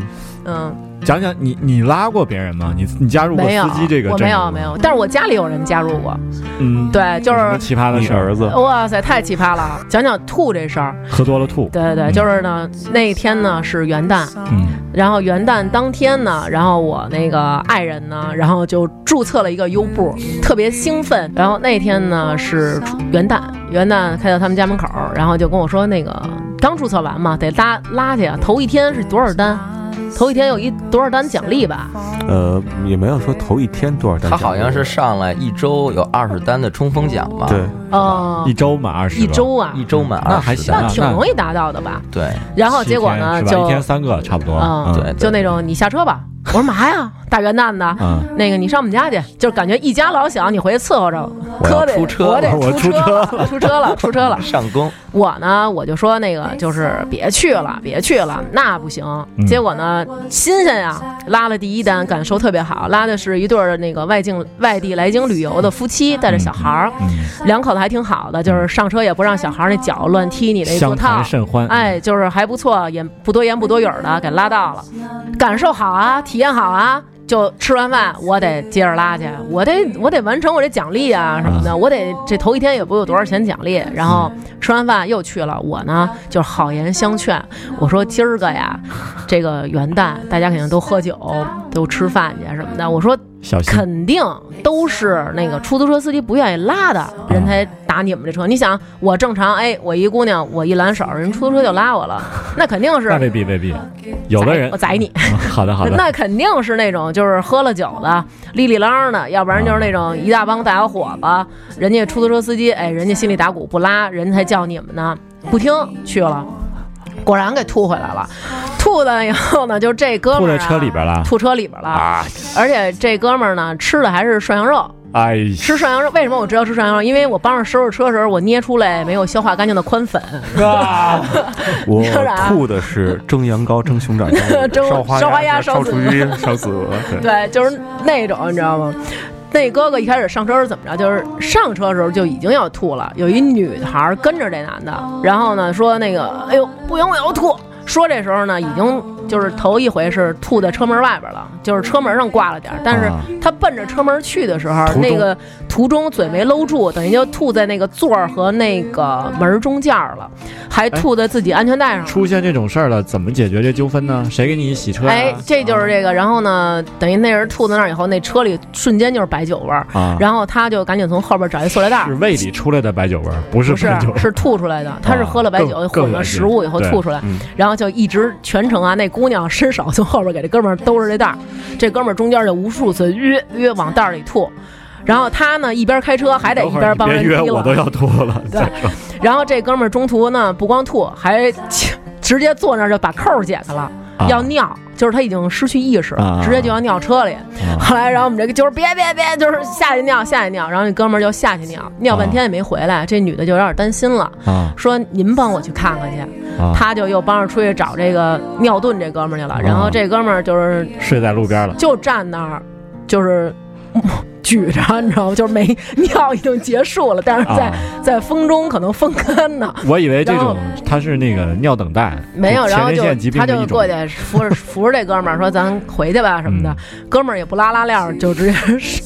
S3: 嗯，
S2: 讲讲你你拉过别人吗？你你加入过
S3: 没有
S2: 司机这个？
S3: 我没有没，有，但是我家里有人加入过，
S2: 嗯，
S3: 对，就
S2: 有什么
S3: 是。
S2: 奇葩的
S4: 你
S2: 事儿
S4: 儿子
S3: 哇塞，太奇葩了！讲讲吐这事儿，
S2: 喝多了吐，
S3: 对对对，就是呢，那天呢是元旦，
S2: 嗯
S3: 然后元旦当天呢，然后我那个爱人呢，然后就注册了一个优步，特别兴奋。然后那天呢是初元旦，元旦开到他们家门口，然后就跟我说那个刚注册完嘛，得拉拉去啊。头一天是多少单？头一天有一多少单奖励吧？
S4: 呃，也没有说头一天多少单。
S5: 他好像
S4: (laughs)
S5: 是上来一周有二十单的冲锋奖吧？
S4: 对，
S3: 哦、
S2: 一周嘛二十，
S3: 一周啊，
S5: 一周满
S2: 那
S5: 二
S2: 还
S5: 十
S2: 行
S5: 单
S3: 那
S2: 啊。
S3: 挺容易达到的吧？
S5: 对，
S3: 然后结果呢
S2: 七天是吧
S3: 就
S2: 一天三个差不多，
S3: 嗯
S5: 对
S3: 就那种你下车吧，我说嘛呀，大元旦的。
S2: 嗯，
S3: 那个你上我们家去，就是感觉一家老小，你回去伺候着，
S5: 我要
S3: 磕得
S5: 出车
S3: 我得
S5: 了
S2: 我
S3: 出
S2: 出
S3: 车了，出车了，出
S5: (laughs)
S3: 车了。
S5: 上工
S3: 我呢，我就说那个就是别去了，别去了，那不行。
S2: 嗯
S3: 结果呢，新鲜呀，拉了第一单，感受特别好，拉的是一对儿那个外境外地来京旅游的夫妻，带着小孩儿，
S2: 嗯
S3: 两口子还挺好的，就是上车也不让小孩儿那脚乱踢你那座
S2: 相
S3: 套
S2: 谈。甚欢，
S3: 哎，就是还不错，也不多言不多语儿的给拉到了，感受好啊，体验好啊，就吃完饭我得接着拉去，我得我得完成我这奖励啊什么的，我得这头一天也不有多少钱奖励，然后吃完饭又去了，我呢就是好言相劝，我说今儿个呀，这个元旦大家肯定都喝酒都吃饭去什么的，我说
S2: 小心，
S3: 肯定都是那个出租车司机不愿意拉的人才打你们这车。你想，我正常，哎，我一姑娘，我一拦手，人出租车就拉我
S2: (laughs)
S3: 了，那肯定是
S2: 那未必未必，有的人
S3: 我宰你，
S2: 嗯好的好的，
S3: (laughs) 那肯定是那种就是喝了酒的，哩哩啷啷的，要不然就是那种一大帮大小伙子，人家出租车司机，哎，人家心里打鼓不拉，人才叫你们呢，不听去了，果然给吐回来了。吐了以后呢，就这哥
S2: 吐
S3: 们儿、
S2: 在
S3: 啊、
S2: 车里边了，
S3: 吐车里边了，
S2: 啊，
S3: 而且这哥们儿呢吃的还是涮羊肉，
S2: 哎，
S3: 吃涮羊肉。为什么我知道吃涮羊肉？因为我帮着收拾车的时候，我捏出来没有消化干净的宽粉，
S2: 啊，
S4: 我
S3: 你说啥
S4: 吐
S3: (laughs)
S4: 的是蒸羊羔、蒸熊掌、
S3: 蒸
S4: 嗯烧
S3: 烧花
S4: 花
S3: 鸭烧
S4: 烧
S3: 子
S4: 雏鸡、烧子鹅。对
S3: (laughs) 对，就是那种，你知道吗？那哥哥一开始上车是怎么着？就是上车的时候就已经要吐了，有一女孩儿跟着这男的，然后呢说那个，哎呦，不行，我要吐。说这时候呢，已经就是头一回是吐在车门外边了，就是车门上挂了点儿，但是
S2: 啊
S3: 他奔着车门去的时候，
S2: 途中
S3: 那个途中嘴没搂住，等于就吐在那个座儿和那个门儿中间儿了，还吐在自己安全带上了。
S2: 哎出现这种事儿了，怎么解决这纠纷呢？谁给你洗车呀？啊
S3: 哎，这就是这个。然后呢，等于那人吐在那儿以后，那车里瞬间就是白酒味儿。
S2: 啊，
S3: 然后他就赶紧从后边找一塑料袋儿
S2: 是，胃里出来的白酒味儿，不是
S3: 不是
S2: 白酒味儿
S3: 是吐出来的，他是喝了白酒混
S2: 更更
S3: 了
S2: 恶心
S3: 食物以后
S2: 对
S3: 吐出来
S4: 嗯，
S3: 然后就一直全程啊，那姑娘伸手从后边给这哥们儿兜着这袋儿，这哥们儿中间就无数次约约往袋儿里吐，然后他呢一边开车还得
S2: 等
S3: 一
S2: 会儿
S3: 边
S2: 你
S3: 帮人
S2: 别
S3: 提
S2: 约我都
S3: 了，
S2: 要吐了。
S3: 对然后这哥们儿中途呢不光吐，还直接坐那儿就把扣儿解开了。
S2: 啊
S3: 要尿，就是他已经失去意识，
S2: 啊
S3: 直接就要尿车里。后来，然后我们这个就是别别别，就是下去尿，下去尿。然后那哥们儿就下去尿，尿半天也没回来，这女的就有点担心了，
S2: 啊
S3: 说您帮我去看看去。
S2: 啊
S3: 他就又帮着出去找这个尿遁这哥们儿去了。然后这哥们儿就是
S2: 睡在路边了，
S3: 就站那儿，就是。 (laughs) 举着，你知道吗？就是没尿已经结束了，但是在、
S2: 啊
S3: 在风中可能风干
S2: (laughs)
S3: 呢，
S2: 我以为这
S3: 然后
S2: 种他是那个尿等待，
S3: 没有，
S2: 就
S3: 然后
S2: 前列
S3: 就
S2: 腺疾病
S3: 他
S2: 的
S3: 就
S2: 一种
S3: 过去扶着扶着这哥们儿说：“咱回去吧什么的。
S2: 嗯
S3: 哥们儿也不拉拉链儿，就直接是，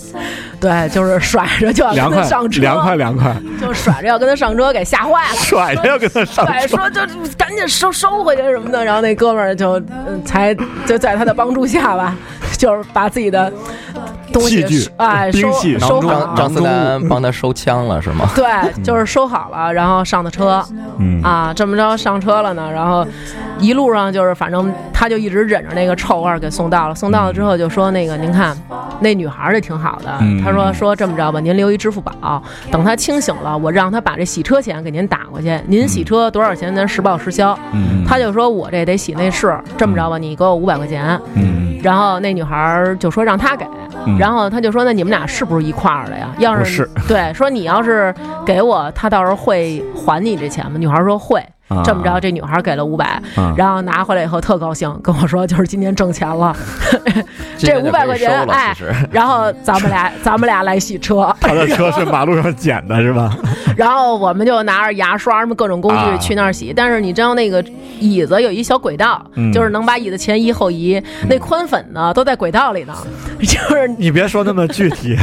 S3: 对，就是甩着就要
S2: 凉
S3: 跟他
S2: 快
S3: 上车，
S2: 凉快凉快，
S3: 就甩着要跟他上车，给吓坏了。
S2: 甩着要跟他上
S3: 对，
S2: 车。
S3: 说就赶紧收收回去什么的，然后那哥们儿就、嗯才就在他的帮助下吧， (laughs) 就是把自己的东西
S2: 器具
S3: 哎
S2: 兵
S3: 收
S2: 器
S3: 收好
S5: 张
S3: 了，
S5: 张思丹帮他收枪了是吗？
S3: 对，就是收好了，然后上的车，啊
S2: 嗯
S3: 啊，这么着上车了呢，然后一路上就是反正他就一直忍着那个臭味儿给送到了，送到了之后就说那个您看，那女孩儿也挺好的，
S2: 嗯
S3: 他说说这么着吧，您留一支付宝，等她清醒了，我让她把这洗车钱给您打过去，您洗车多少钱咱实报实销。
S2: 嗯，
S3: 他就说我这得洗内饰，这么着吧，你给我五百块钱。
S2: 嗯，
S3: 然后那女孩儿就说让他给，
S2: 嗯
S3: 然后他就说那你们俩是不是一块儿的呀？要
S2: 不
S3: 是
S2: 是
S3: 对，说你要是给我，他到时候会还你这钱吗？女孩儿说会。
S2: 啊
S3: 这么着，这女孩儿给了五百、
S2: 啊
S3: 然后拿回来以后特高兴，跟我说就是今天挣钱
S2: (laughs)
S3: 了， (laughs) 这
S5: 就
S3: 500
S5: 可以
S3: 块钱
S5: 收了
S3: 哎
S5: 其实
S3: 然后咱们俩咱们俩来洗
S2: (laughs)
S3: 车，
S2: 他的车是马路上捡的，是吧？
S3: 然后我们就拿着牙刷什么各种工
S2: 啊
S3: 具去那儿洗，但是你知道那个椅子有一小轨道，
S2: 嗯
S3: 就是能把椅子前移后移，那宽粉呢都在轨道里呢，就是。
S2: 你别说那么具
S3: (laughs)
S2: 体，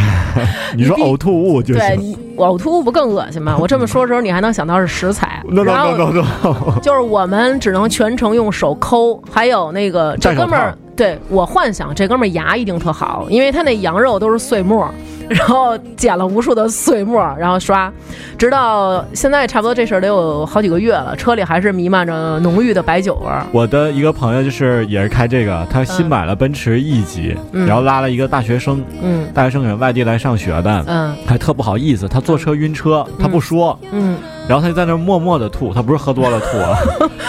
S2: 你说呕吐物就
S3: 对
S2: 行。
S3: 你呕吐物不更恶
S2: (laughs)
S3: 心吗？我这么说的时候，你还能想到是食材
S2: no，
S3: 然
S2: no
S3: 后
S2: no no no， (laughs)
S3: 就是我们只能全程用手抠，还有那个这
S2: 戴手
S3: 哥们儿
S2: 套，
S3: 对我幻想这哥们儿牙一定特好，因为他那羊肉都是碎末儿，然后捡了无数的碎末儿，然后刷，直到现在差不多这事儿得有好几个月了，车里还是弥漫着浓郁的白酒味儿。
S2: 我的一个朋友就是也是开这个，他新买了奔驰 E 级，
S3: 嗯
S2: 然后拉了一个大学生， (laughs)
S3: 嗯
S2: 大学生也是外地来上学的，
S3: 嗯
S2: 还特不好意思，他坐车晕车，他不说，
S3: 嗯，
S2: 然后他就在那儿默默的吐，他不是喝多了
S3: (laughs)
S2: 吐啊，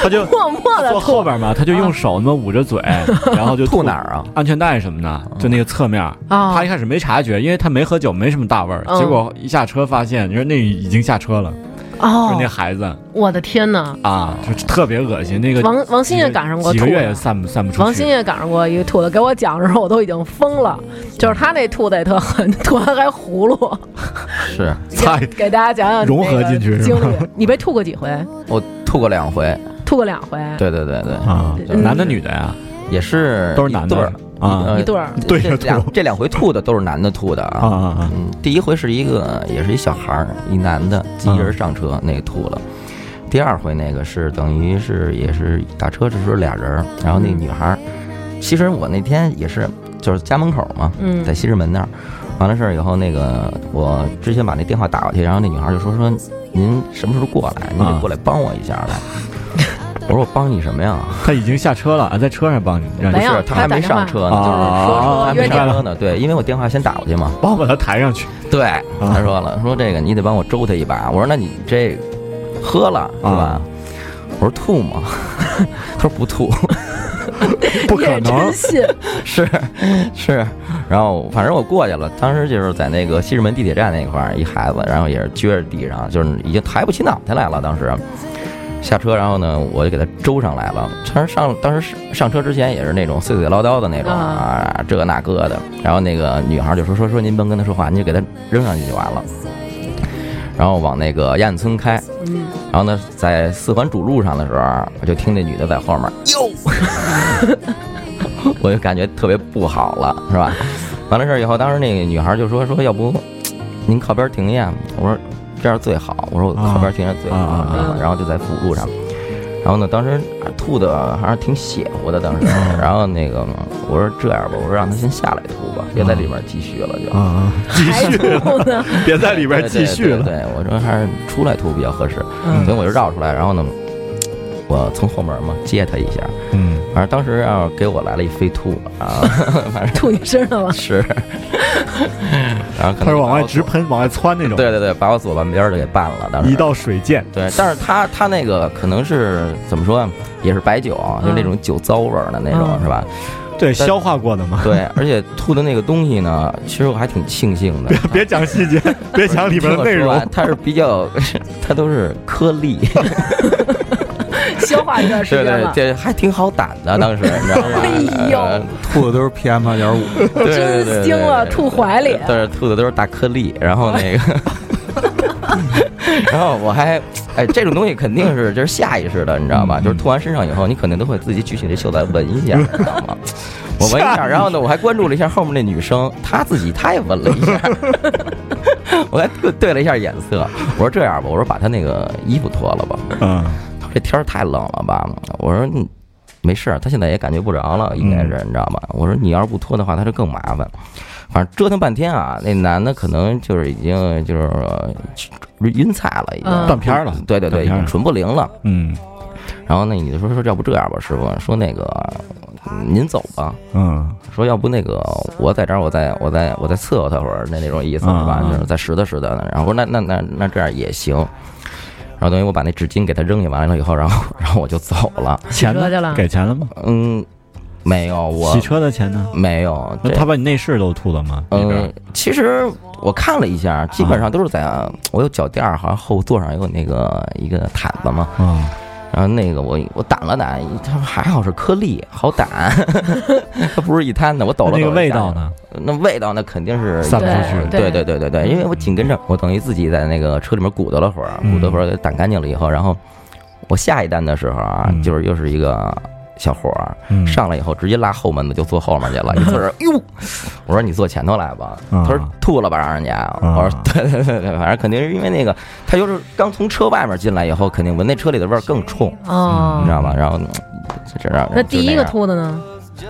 S2: 他就
S3: 默嗯默
S2: (laughs)
S3: 的哦
S2: 坐后边嘛，他就用手那么捂着嘴，然后就
S5: 吐哪儿啊？嗯
S2: 安全带什么的，就那个侧面，
S3: 啊
S2: 他一开始没察觉，因为他没喝酒，没什么大味儿。
S3: 嗯
S2: 结果一下车发现，你说那已经下车了，就
S3: 哦
S2: 是那，孩子
S3: 我的天哪！
S2: 啊，就是特别恶心。那个
S3: 王王鑫
S2: 几
S3: 也
S2: 个
S3: 赶上过
S2: 几
S3: 吐
S2: 个月
S3: 了
S2: 也。散不散不出去。
S3: 王鑫也赶上过一个吐的，给我讲的时候我都已经疯了，就是他那吐的也特狠， (laughs) 吐完还葫芦。
S5: 是
S2: 菜
S3: 给大家讲讲
S2: 融合进去是
S3: 经
S2: 吧
S3: 历。你被吐过几回？
S5: 我吐过两回，
S3: 吐过两回，
S5: 对对对对，
S2: 啊，
S3: 嗯
S2: 男的女的呀，
S5: 也是
S2: 都是男
S5: 一对儿
S2: 的啊
S5: 呃
S3: 一对儿
S2: 对着
S5: 这
S2: 吐
S5: 两这两回吐的都是男的吐的
S2: 啊
S5: 啊。
S2: 啊啊！
S5: 嗯，第一回是一个也是一小孩儿，一男的自己一人上
S2: 嗯
S5: 车，那个吐了。第二回那个是等于是也是打车的时候俩人儿，然后那女孩儿，其实我那天也是就是家门口嘛，
S3: 嗯
S5: 在西直门那儿，完了事儿以后，那个我之前把那电话打过去，然后那女孩就说说您什么时候过来，您
S2: 啊
S5: 得过来帮我一下来。我说我帮你什么呀？
S2: 他已经下车了，啊，在车上帮你，让你
S3: 没有
S5: 是他还
S3: 他打
S5: 没
S3: 电话
S5: 上车呢，
S3: 我
S2: 啊
S5: 还
S2: 啊，
S3: 约
S5: 没
S3: 定
S5: 上车呢。对，因为我电话先打过去嘛。
S2: 帮我把他抬上
S3: (laughs)
S2: 去
S5: 对，他说了，说这个你得帮我周他一把。我说那你这喝了是吧
S2: 啊？
S5: 我说吐吗？ (laughs) 他说不吐，
S2: 不
S3: 你也
S2: 可能
S3: 真，信， (laughs)
S5: (laughs) 是是。然后反正我过去了，当时就是在那个西直门地铁站那块儿，一孩子，然后也是撅着地上，就是已经抬不起脑袋来了。当时下车，然后呢，我就给他周上来了。当时上当时上车之前也是那种碎碎唠叨的那种啊，这个那个的。然后那个女孩就说说说您甭跟他说话，您就给他扔上去就完了。然后往那个燕子村开，
S3: 嗯，
S5: 然后呢，在四环主路上的时候，我就听那女的在后面哟，我就感觉特别不好了，是吧？ (laughs) 完了事儿以后，当时那个女孩就说说要不您靠边停一下，我说这样最好，我说我靠边停着最好，
S2: 啊啊
S3: 啊
S5: 然后就在辅路上。然后呢，当时吐的还是挺血乎的，当时。
S2: 嗯
S5: 然后那个我说这样吧，我说让他先下来吐吧，
S2: 嗯
S5: 别在里边继续了就。
S3: (laughs)
S2: 啊啊，继
S3: 还
S2: 续
S3: 吐呢，
S2: 别在里边
S5: 对
S2: 继续
S5: 对
S2: 了，
S5: 对对我说还是出来吐比较合适，
S3: (laughs) 嗯
S5: 所以我就绕出来，然后呢，我从后门嘛接他一下，
S2: 嗯，
S5: 反正当时啊给我来了一飞吐啊，反正
S3: 吐你身上了。
S5: 是，然后可能
S2: 他是往
S5: 把我
S2: 外直
S5: 左，
S2: 喷，往外窜那种，
S5: 对对对，把我左半边儿的给绊了，当时
S2: 一道水溅，
S5: 对，但是他他那个可能是怎么说啊，也是白酒啊，就那种酒糟味儿的那种，
S3: 嗯
S5: 是吧？
S2: 对，
S5: 但
S2: 消化过的嘛。 (laughs)
S5: 对，而且吐的那个东西呢，其实我还挺庆幸的。
S2: 别讲细节， (laughs) 别讲里边的内
S5: 听我说
S2: 容
S5: 完，它是比较，它都是颗粒，
S3: 消化一段时
S5: 对
S3: 间
S5: 对
S3: 了，
S5: 这还挺好胆的，当时你知道吗？
S3: 哎呦
S5: 呃
S4: 吐的都是 PM 二点五，
S5: 对对对对
S3: 真惊了，吐怀里。
S5: 但是吐的都是大颗粒，然后那个，然后我还，哎，这种东西肯定是这是下意识的，你知道吧？就是吐完身上以后，你肯定都会自己举起这袖子闻一下，你知道吗？我闻一下，然后呢，我还关注了一下后面那女生，她自己她也闻了一下， (laughs) 我还对对了一下眼色，我说这样吧，我说把她那个衣服脱了吧，
S2: 嗯，
S5: 她说这天儿太冷了吧，我说嗯没事儿，她现在也感觉不着了，应该是
S2: 嗯
S5: 你知道吧？我说你要是不脱的话，她就更麻烦。反正折腾半天啊，那男的可能就是已经就是呃晕菜了，已经
S3: 嗯
S2: 断片儿了
S5: 对对
S2: 断
S5: 对，已
S2: 片儿
S5: 经
S2: 了
S5: 纯不灵了。
S2: 嗯，
S5: 然后那你就说说要不这样吧，师傅，说那个您走吧，
S2: 嗯
S5: 说要不那个我在这儿，我再我再我再伺候他会儿，那那种意思是吧？
S2: 啊
S5: 就是再拾掇拾掇的。然后我说那那那那这样也行。然后等于我把那纸巾给他扔下完了以后，然后然后我就走了。
S2: 钱
S3: 车去
S2: 呢？
S3: 了
S2: 给钱了吗？
S5: 嗯，没有我
S2: 洗车的钱呢？
S5: 没有
S2: 那
S5: 这
S2: 他把你内饰都吐了吗？里边
S5: 嗯，其实我看了一下，基本上都是在、我有脚垫儿，好像后座上有那个一个毯子嘛。
S2: 啊，
S5: 然后那个我我掸了掸，他说还好是颗粒，好掸， (laughs) 它不是一摊的。我抖了抖
S2: 那
S5: 一下
S2: 个味道？呢？
S5: 那味道那肯定是
S2: 散不出
S3: 对
S2: 去。
S5: 对对对对对，因为我紧跟着，我等于自己在那个车里面鼓捣了会儿，啊
S2: 嗯
S5: 鼓捣会儿给掸干净了以后，然后我下一单的时候啊
S2: 嗯，
S5: 就是又是一个小伙儿
S2: 嗯
S5: 上来以后，直接拉后门的就坐后面去了，一坐这
S2: (laughs)
S5: 儿，哟，我说你坐前头来吧，
S2: 啊
S5: 他说吐了吧让人家，我说对对对对，反正肯定是因为那个他就是刚从车外面进来以后，肯定闻那车里的味儿更冲，
S3: 哦
S5: 你知，道吗？然后嗯这这让
S3: 那第一个
S5: 就是那样
S3: 吐的呢？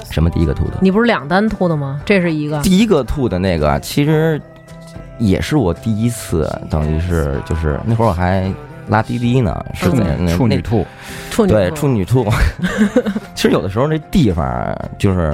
S5: 什么第一个吐的？
S3: 你不是两单吐的吗？这是一个。
S5: 第一个吐的那个，啊其实也是我第一次，等于是就是那会儿我还拉滴滴呢，是
S2: 嗯处
S5: 在
S2: 女
S5: 那
S2: 处女
S5: 那
S2: 吐，
S3: 处女
S5: 对
S3: 吐
S5: 处女吐。 (laughs) 其实有的时候那地方啊就是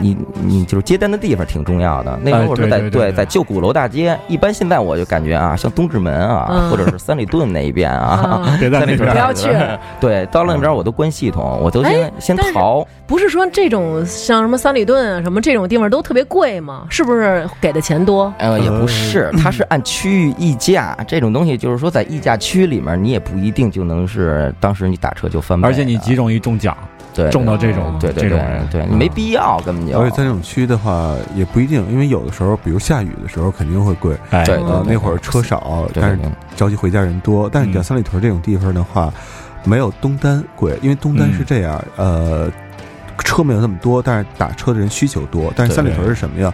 S5: 你你就是接单的地方挺重要的。那会
S2: 哎
S5: 儿我是
S2: 对
S5: 在
S2: 对对对
S5: 在旧鼓楼大街，一般现在我就感觉啊，像东直门啊
S3: 嗯，
S5: 或者是三里屯那一边啊。
S3: 啊，
S2: 别在
S5: 三里
S2: 那
S3: 不
S2: 边
S5: 屯
S2: 儿
S3: 要去
S5: 嗯
S3: 了。
S5: (laughs) 对，到了那边
S2: 嗯
S5: 我都关系统，我都
S3: 哎
S5: 先先
S3: 但是
S5: 逃。
S3: 不是说这种像什么三里屯啊什么这种地方都特别贵吗？是不是给的钱多？
S5: 呃，也不是，
S2: 嗯
S5: 它是按区域议价这种东西，就是说在议价区里面，你也不一定就能是当时你打车就翻倍的，
S2: 而且你极容易中奖，
S5: 对
S2: 中到这种
S5: 对对
S2: 这种
S5: 对
S2: 人，嗯
S5: 对，你没必要根本就
S4: 而且在这种区的话也不一定，因为有的时候，比如下雨的时候肯定会贵，
S2: 哎
S5: 对
S4: 呃，那会儿车少，
S5: 对
S4: 但是
S5: 对对
S4: 着急回家人多。但
S2: 嗯
S4: 是你在三里屯这种地方的话，没有东单贵，因为东单
S2: 嗯
S4: 是这样，呃，车没有那么多，但是打车的人需求多。但是
S2: 对
S4: 三里屯
S2: 对
S4: 是什么呀？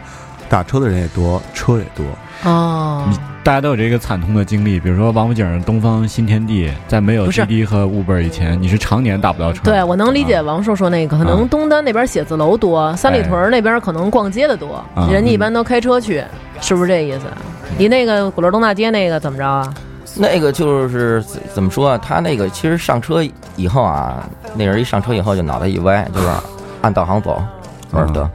S4: 打车的人也多，车也多。
S3: 哦，
S2: 你大家都有这个惨痛的经历，比如说王府井东方新天地，在没有
S3: 不是
S2: 滴滴和 Uber 以前，你是常年打不到车。
S3: 对，我能理解王硕说那个，可能东单那边写字楼多，三里屯那边可能逛街的多，
S2: 啊
S3: 人家一般都开车去，是不是这意思？
S5: 嗯
S3: 你那个鼓楼东大街那个怎么着啊？
S5: 那个就是怎怎么说啊？他那个其实上车以后啊，那人一上车以后就脑袋一歪，就是按导航走，我说得。
S2: 嗯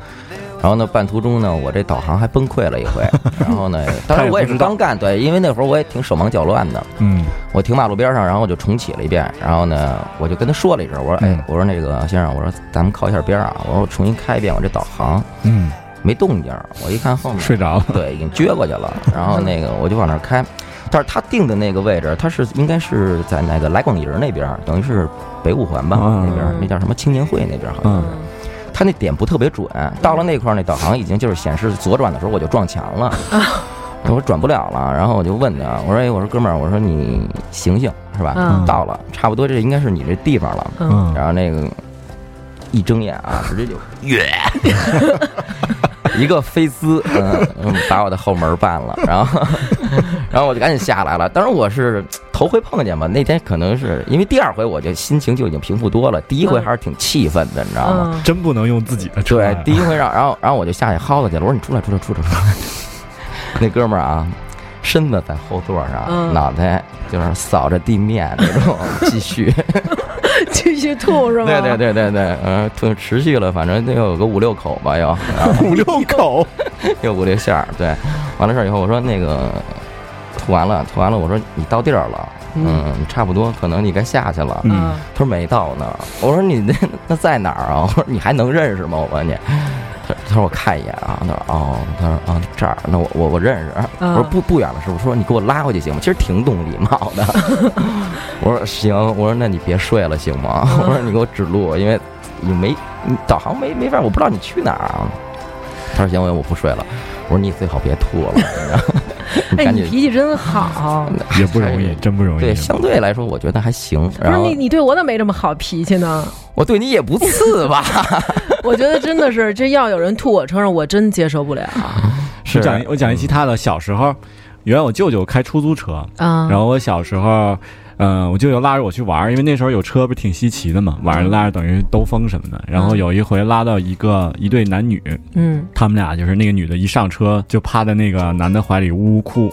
S5: 然后呢，半途中呢，我这导航还崩溃了一
S2: (laughs)
S5: 回。然后呢，当时我也是刚干，对，因为那会儿我也挺手忙脚乱的，
S2: 嗯，
S5: 我停马路边上，然后我就重启了一遍，然后呢，我就跟他说了一声，我说，
S2: 嗯
S5: 哎，我说那个先生，我说咱们靠一下边儿啊，我说我重新开一遍我这导航，
S2: 嗯，
S5: 没动静儿，我一看后面，
S2: 睡着了。
S5: 对，已经撅过去了，然后那个我就往那儿开，但是他定的那个位置，他是应该是在那个来广营那边儿，等于是北五环吧、
S2: 嗯
S5: 那边儿，那叫什么青年会那边儿好像，
S3: 啊
S2: 嗯
S5: 他那点不特别准，到了那块儿那导航已经就是显示左转的时候我就撞墙了，我转不了了，然后我就问他，我说哎，我说哥们儿，我说你醒醒是吧？
S3: 嗯
S5: 到了，差不多这应该是你这地方了。
S3: 嗯，
S5: 然后那个一睁眼啊， (laughs) 直接就越一个飞姿，嗯，嗯把我的后门绊了，然后然后我就赶紧下来了。当时我是头回碰见嘛，那天可能是因为第二回我就心情就已经平复多了，第一回还是挺气愤的，你知道吗？
S3: 嗯， (laughs)
S2: 真不能用自己的车呀。啊
S5: 对，第一回让然后然后我就下去薅他去了，我说你出来出来出来出来， (laughs) 那哥们儿啊。身子在后座上，
S3: 嗯
S5: 脑袋就是扫着地面那种，继续。
S3: 继续吐是吗？
S5: 对对对对对，呃，就持续了，反正得有个五六口吧，要
S2: 五六口，
S5: (laughs) 有五六下儿。对，完了事儿以后，我说那个吐完了，吐完了，我说你到地儿了，嗯，差不多，可能你该下去了。
S2: 嗯，
S5: 他说没到呢，我说你那那在哪儿啊？ (laughs) 我说你还能认识吗？我问你。他他说我看一眼啊，他说哦，他说啊这儿，那我我我认识。
S3: 嗯
S5: 我说不不远了，师傅。说你给我拉回去行吗？其实挺懂礼貌的。 (laughs) 我说行，我说那你别睡了行吗？
S3: 嗯
S5: 我说你给我指路，因为你没你导航没没法，我不知道你去哪儿啊。他说行，我我不睡了。我说你最好别吐
S3: (laughs)
S5: 了，你知道吗你
S3: 哎，
S5: 赶
S3: 你
S5: 紧。
S3: 脾气真好。
S2: 也不容易，真不容易。
S5: 对，相对来说我觉得还行。
S3: 不
S5: 然
S3: 是
S5: 后
S3: 你，你对我怎么没这么好脾气呢？
S5: 我对你也不次吧？
S3: 我觉得真的是，这要有人吐我车上，我真接受不了
S2: 我讲一我讲一其他的，小时候，原来我舅舅开出租车，
S3: 啊。
S2: 然后我小时候，嗯，我舅舅拉着我去玩儿，因为那时候有车不是挺稀奇的嘛，晚上拉着等于兜风什么的。然后有一回拉到一个一对男女，
S3: 嗯
S2: 他们俩就是那个女的一上车就趴在那个男的怀里呜呜哭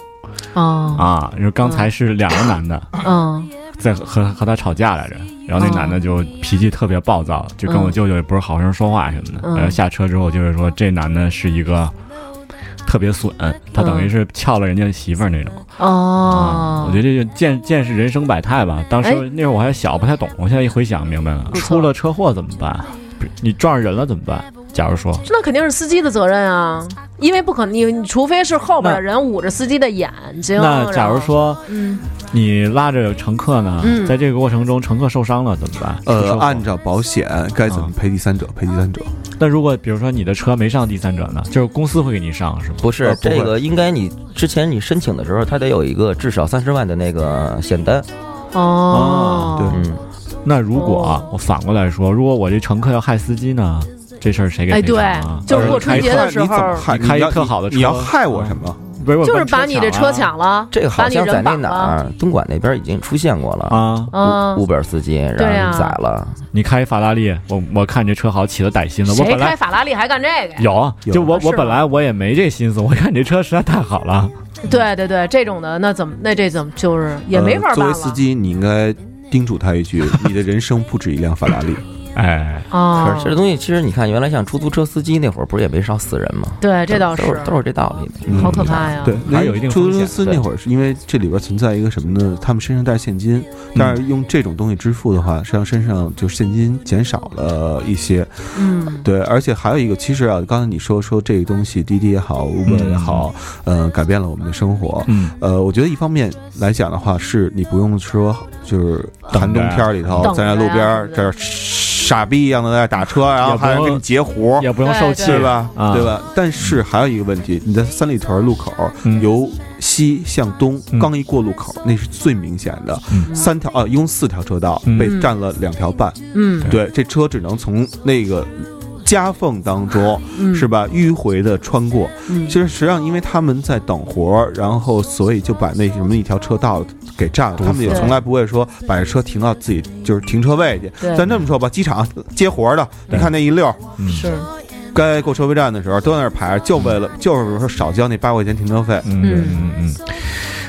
S3: 哦
S2: 啊，就是刚才是两个男的
S3: 嗯
S2: 在和和他吵架来着，然后那
S3: 哦
S2: 男的就脾气特别暴躁，就跟我舅舅也不是好声说话什么的。
S3: 嗯
S2: 然后下车之后就是说，这男的是一个特别损，他等于是撬了人家媳妇儿那种。啊
S3: 嗯哦，
S2: 我觉得这就见见识人生百态吧。当时
S3: 哎
S2: 那会儿我还小，不太懂。我现在一回想明白了，
S3: 不错
S2: 出了车祸怎么办？不是你撞上人了怎么办？假如说，
S3: 那肯定是司机的责任啊，因为不可你你除非是后边的人捂着司机的眼睛。
S2: 那假如
S3: 然后，
S2: 说
S3: 嗯，
S2: 你拉着乘客呢，
S3: 嗯
S2: 在这个过程中乘客受伤了怎么办？出车
S4: 呃，
S2: 祸
S4: 按照保险该
S5: 嗯
S4: 怎么赔第三者？赔第三者，
S2: 那如果比如说你的车没上第三者呢，就是公司会给你上是吗？
S5: (laughs) 哦不
S2: 呃
S5: 是
S2: 不会
S5: 这个，应该你之前你申请的时候，他得有一个至少三十万的那个险单。
S3: 哦，
S4: 对
S5: 嗯，
S2: 那如果、啊
S3: 哦
S2: 我反过来说，如果我这乘客要害司机呢，这事儿谁给
S3: 哎，
S2: 赔偿
S3: 对
S2: 啊？，
S3: 就是过
S2: 我
S3: 春节的时
S4: 你怎么
S3: 候，
S4: 害？
S2: 你开一
S4: 你要
S2: 特好的车嗯
S4: 你要害我什么？
S2: 不是我
S3: 就是
S2: 把
S3: 把你的车抢
S2: 抢啊
S3: 了，
S5: 这个
S3: 把
S5: 好
S3: 你
S5: 像在
S3: 人
S5: 那
S3: 绑
S5: 哪
S3: 了，
S5: 儿，东莞那边已经出现过了。
S2: 啊！
S3: 嗯
S5: 乌，本司机，然
S3: 对啊
S5: 后宰了，
S2: 你开法拉利，我我看你这车好，起了歹心了。我
S3: 谁
S2: 本
S3: 开
S2: 来
S3: 法拉利还干这个呀？
S2: 有啊，
S4: 有
S2: 就我
S3: 是吗
S2: 我本来我也没这心思，我看你这车实在太好了。
S3: 对对对，这种的那怎么那这怎么就是也没法
S4: 呃作
S3: 办
S4: 为
S3: 了
S4: 司机，你应该叮嘱他
S2: (laughs)
S4: 一句：你的人生不止一辆法拉利。
S2: 哎，
S3: 啊
S5: 可是？这东西其实你看，原来像出租车司机那会儿，不是也没少死人吗？
S3: 对，这倒是嗯
S5: 都，是都是这道理的。
S3: 好可怕呀！
S4: 对，
S2: 还是有一定
S4: 出
S2: 风
S4: 租
S2: 险
S4: 公司
S5: 对
S4: 那会儿是因为这里边存在一个什么呢？他们身上带现金，
S2: 嗯
S4: 但是用这种东西支付的话，实际上身上就现金减少了一些。
S3: 嗯，
S4: 对，而且还有一个，其实啊，刚才你说说这个东西，滴滴也好，Uber 也好，嗯、呃，改变了我们的生活。
S2: 嗯，
S4: 呃，我觉得一方面来讲的话，是你不用说，就是寒冬天儿里头，
S3: 等着
S4: 站在
S3: 呀
S4: 路边儿
S3: 对
S4: 这儿傻逼一样的在那打车，然后
S2: 也不
S4: 还有人给
S2: 用
S4: 你截胡，
S2: 也不用
S3: 对
S2: 受气
S4: 对吧？
S2: 啊
S4: 对吧？但是还有一个问题，你在三里屯路口
S2: 嗯
S4: 由西向东
S2: 嗯，
S4: 刚一过路口，那是最明显的
S2: 嗯。
S4: 三条啊，一共四条车道
S2: 嗯
S4: 被占了两条半，
S3: 嗯
S4: 对，这车只能从那个。夹缝
S2: (laughs)
S4: 当中
S3: 嗯，
S4: 是吧？迂回的穿过，
S3: 嗯
S4: 其实实际上因为他们在等活儿，然后所以就把那什么一条车道给占了。
S2: 堵死
S4: 他们也
S3: 了
S4: 从来不会说把车停到自己就是停车位去。
S3: 对
S4: 咱这么说吧，机场接活儿的，你
S2: 对
S4: 看那一溜儿
S2: 嗯
S3: 是，
S4: 该过收费站的时候都在那儿排，就为了就是说少交那八块钱停车费。
S2: 嗯嗯嗯，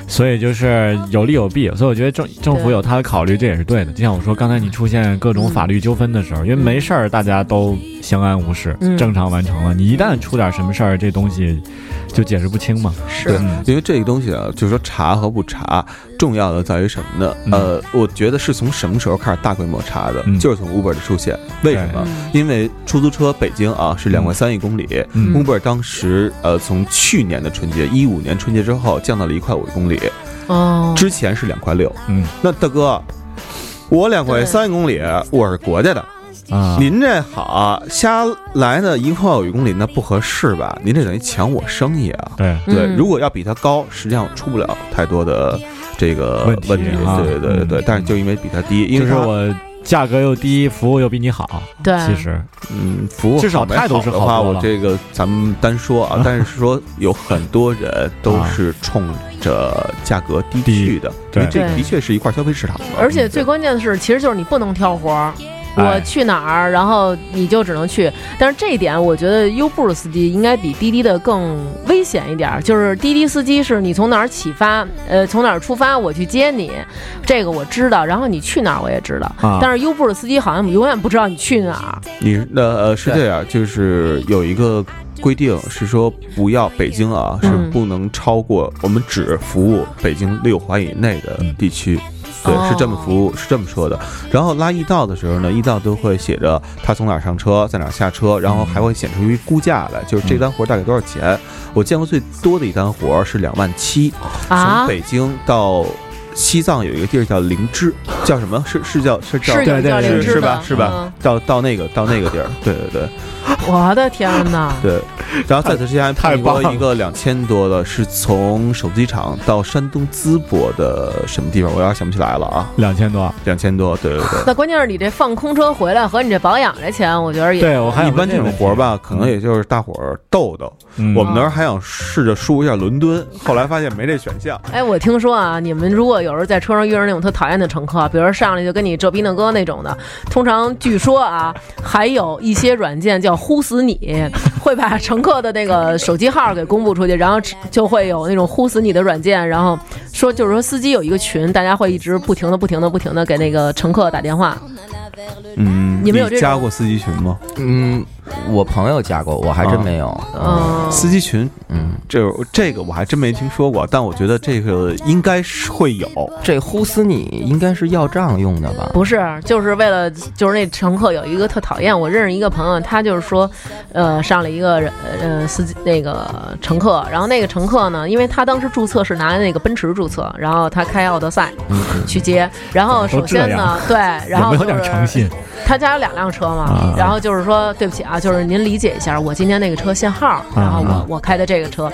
S2: 所以就是有利有弊，所以我觉得政政府有他的考虑，这也是对的。就像我说，刚才你出现各种法律纠纷的时候，因为没事儿大家都相安无事，
S3: 嗯
S2: 正常完成了。你一旦出点什么事儿，这东西就解释不清嘛。
S4: 对
S3: 是，
S2: 嗯
S4: 因为这个东西啊，就是说查和不查，重要的在于什么呢？
S2: 嗯
S4: 呃，我觉得是从什么时候开始大规模查的？
S2: 嗯
S4: 就是从 Uber 的出现。为什么？因为出租车北京啊是两块三一公里、
S2: 嗯
S4: u b e r 当时呃从去年的春节，一五年春节之后降到了一块五一公里，
S3: 哦，
S4: 之前是两块六。
S2: 嗯
S4: 那大哥，我两块
S3: 对
S4: 三一公里，我是国家的。
S2: 啊，
S4: 嗯您这好，瞎来的一块有一公里，那不合适吧？您这等于抢我生意啊！
S2: 对，
S4: 对，
S3: 嗯
S4: 如果要比它高，实际上出不了太多的这个
S2: 问
S4: 问
S2: 题
S4: 题。
S2: 啊
S4: 对对对对对，
S2: 嗯
S4: 但是就因为比它低，因
S2: 就
S4: 为
S2: 是
S4: 它
S2: 我价格又低，服务又比你好，
S3: 对，
S2: 其实
S4: 嗯，服务
S2: 至少
S4: 好没
S2: 态度是
S4: 好的
S2: 好
S4: 话，
S2: 多
S4: 我
S2: 了
S4: 这个咱们单说
S2: (laughs)
S4: 啊，但是说有很多人都是冲着价格低
S2: 啊低
S4: 去的，
S2: 对嗯
S4: 因为这个
S3: 对
S4: 的确是一块消费市场嘛。
S3: 而且最关键的是，其实就是你不能挑活儿。
S2: 哎
S3: 我去哪儿，然后你就只能去。但是这一点，我觉得优步的司机应该比滴滴的更危险一点儿。就是滴滴司机是你从哪儿起发，呃，从哪儿出发，我去接你，这个我知道。然后你去哪儿我也知道。
S2: 啊
S3: 但是优步的司机好像永远不知道你去哪儿。
S4: 你那呃是
S5: 对
S4: 这样，就是有一个规定是说不要北京啊是
S3: 嗯
S4: 不能超过我们只服务北京六环以内的地区。
S3: 哦
S4: 对，是这么服务，是这么说的。然后拉驿道的时候呢，驿道都会写着他从哪儿上车，在哪儿下车，然后还会显示出一估价来，就是这单活大概多少钱。我见过最多的一单活是两万七，从
S3: 啊
S4: 北京到西藏有一个地儿叫灵芝，叫什么？是是叫是叫
S3: 是有
S2: 对对
S3: 教
S2: 对
S3: 练
S4: 是
S3: 知
S4: 是
S3: 道嗯
S4: 吧？是吧？到到那个到那个地儿，对对对
S3: 我的天哪！
S4: 对。然后在此之前还
S2: 太
S4: 碰
S2: 棒了
S4: 过一个两千多的，是从手机厂到山东淄博的什么地方，我有点想不起来了啊，
S2: 两千多，
S4: 两千多，对对对。
S3: 那关键是你这放空车回来和你这保养这钱，我觉得也
S2: 对我还
S4: 一般这种活儿，吧，可能也就是大伙儿斗斗。
S2: 嗯
S4: 我们那儿还想试着输一下伦敦，后来发现没这选项。
S3: 哎，我听说啊，你们如果有时候在车上遇上那种特讨厌的乘客，比如上来就跟你这逼那哥那种的。通常据说啊，还有一些软件叫“呼死你”， (laughs) 会把乘客的那个手机号给公布出去，然后就会有那种“呼死你”的软件，然后说就是说司机有一个群，大家会一直不停的、不停的、不停的给那个乘客打电话。
S4: 嗯，
S3: 你们有这种
S4: 加过司机群吗？
S5: 嗯，我朋友加过，我还真没有。
S3: 嗯，
S4: 司机群，
S5: 嗯，
S4: 这这个我还真没听说过，但我觉得这个应该是会有。
S5: 这呼死你应该是要账用的吧？
S3: 不是，就是为了就是那乘客有一个特讨厌，我认识一个朋友，他就是说，呃，上了一个人呃司机那个乘客，然后那个乘客呢，因为他当时注册是拿那个奔驰注册，然后他开奥德赛
S2: 嗯
S3: 去接，然后首先呢，对，
S2: (laughs)
S3: 然后
S2: 有
S3: 就
S2: 没有点
S3: 是
S2: 诚信？
S3: 他家有两辆车嘛
S2: 啊，
S3: 然后就是说对不起啊，就是您理解一下，我今天那个车限号，然后
S2: 啊
S3: 我我开的这个车，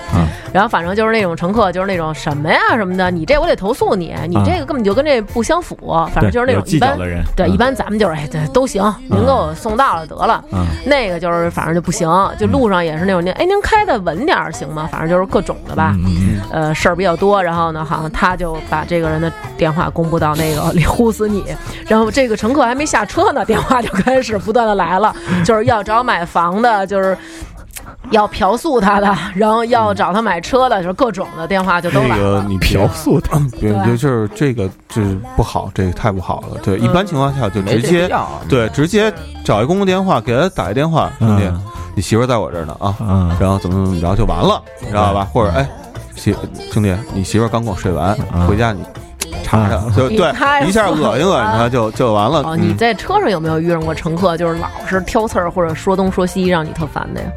S3: 然后反正就是那种乘客，就是那种什么呀什么的，你这我得投诉你，你这个根本就跟这不相符，反正就是那
S2: 啊有
S3: 种一
S2: 计较
S3: 般
S2: 的人，
S3: 对，
S2: 嗯
S3: 一般咱们就是哎，对，都行，您给我送到了得了。
S2: 嗯
S3: 那个就是反正就不行，就路上也是那种，您哎，您开的稳点儿行吗？反正就是各种的吧。
S2: 嗯
S3: 呃，事儿比较多，然后呢，好像他就把这个人的电话公布到那个 (laughs) 里呼死你，然后这个乘客还没下车呢，电话就开始不断的来了，就是要找买房的，就是要嫖宿他的，然后
S2: 嗯
S3: 要找他买车的，就是各种的电话就都
S2: 哎
S3: 来
S4: 那个
S3: 了。
S4: 你嫖宿
S2: 嗯
S4: 他，对，
S3: 对
S4: 就是这个就是不好，这个太不好了。对，一般情况下就
S5: 没
S4: 直
S5: 这
S4: 接
S5: 必要啊
S4: 对，直接找一公共电话给他打一电话，兄弟
S2: 嗯，
S4: 你媳妇儿在我这儿呢啊，
S2: 嗯
S4: 然后怎么怎么着就完了，你知道吧？或者哎，媳兄弟，你媳妇儿刚跟我睡完，
S2: 嗯
S4: 回家你查查，就
S3: 你
S4: 对
S3: 太
S4: 一下恶
S3: 损
S4: 心恶心
S3: 了
S4: 他就就完了。
S3: 哦，
S4: 嗯
S3: 你在车上有没有遇上过乘客，就是老是挑刺儿或者说东说西，让你特烦的呀？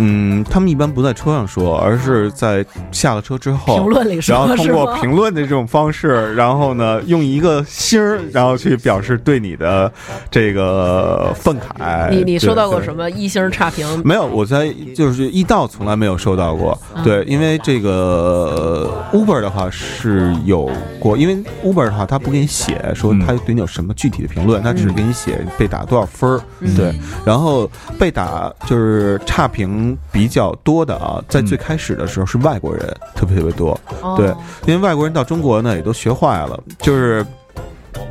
S4: 嗯，他们一般不在车上说，而是在下了车之后
S3: 评论里说
S4: 哦然后通
S3: 是
S4: 过
S3: 吗
S4: 评论的这种方式，然后呢，用一个心儿，然后去表示对你的这个愤慨。
S3: 你你收到过
S4: 哎对
S3: 什？么一星差评？ (laughs)
S4: 对没有，我在就是一到从来没有收到过。
S3: 嗯
S4: 对，因为这个呃 Uber 的话是有过，因为 Uber 的话他不给你写说
S2: 嗯
S4: 他对你有什么具体的评论，他只是给你写被打多少分儿。
S3: 嗯
S4: 对，然后被打就是差评比较多的啊，在最开始的时候是外国人特别特别多，
S3: 哦
S4: 对因为外国人到中国呢也都学坏了，就是。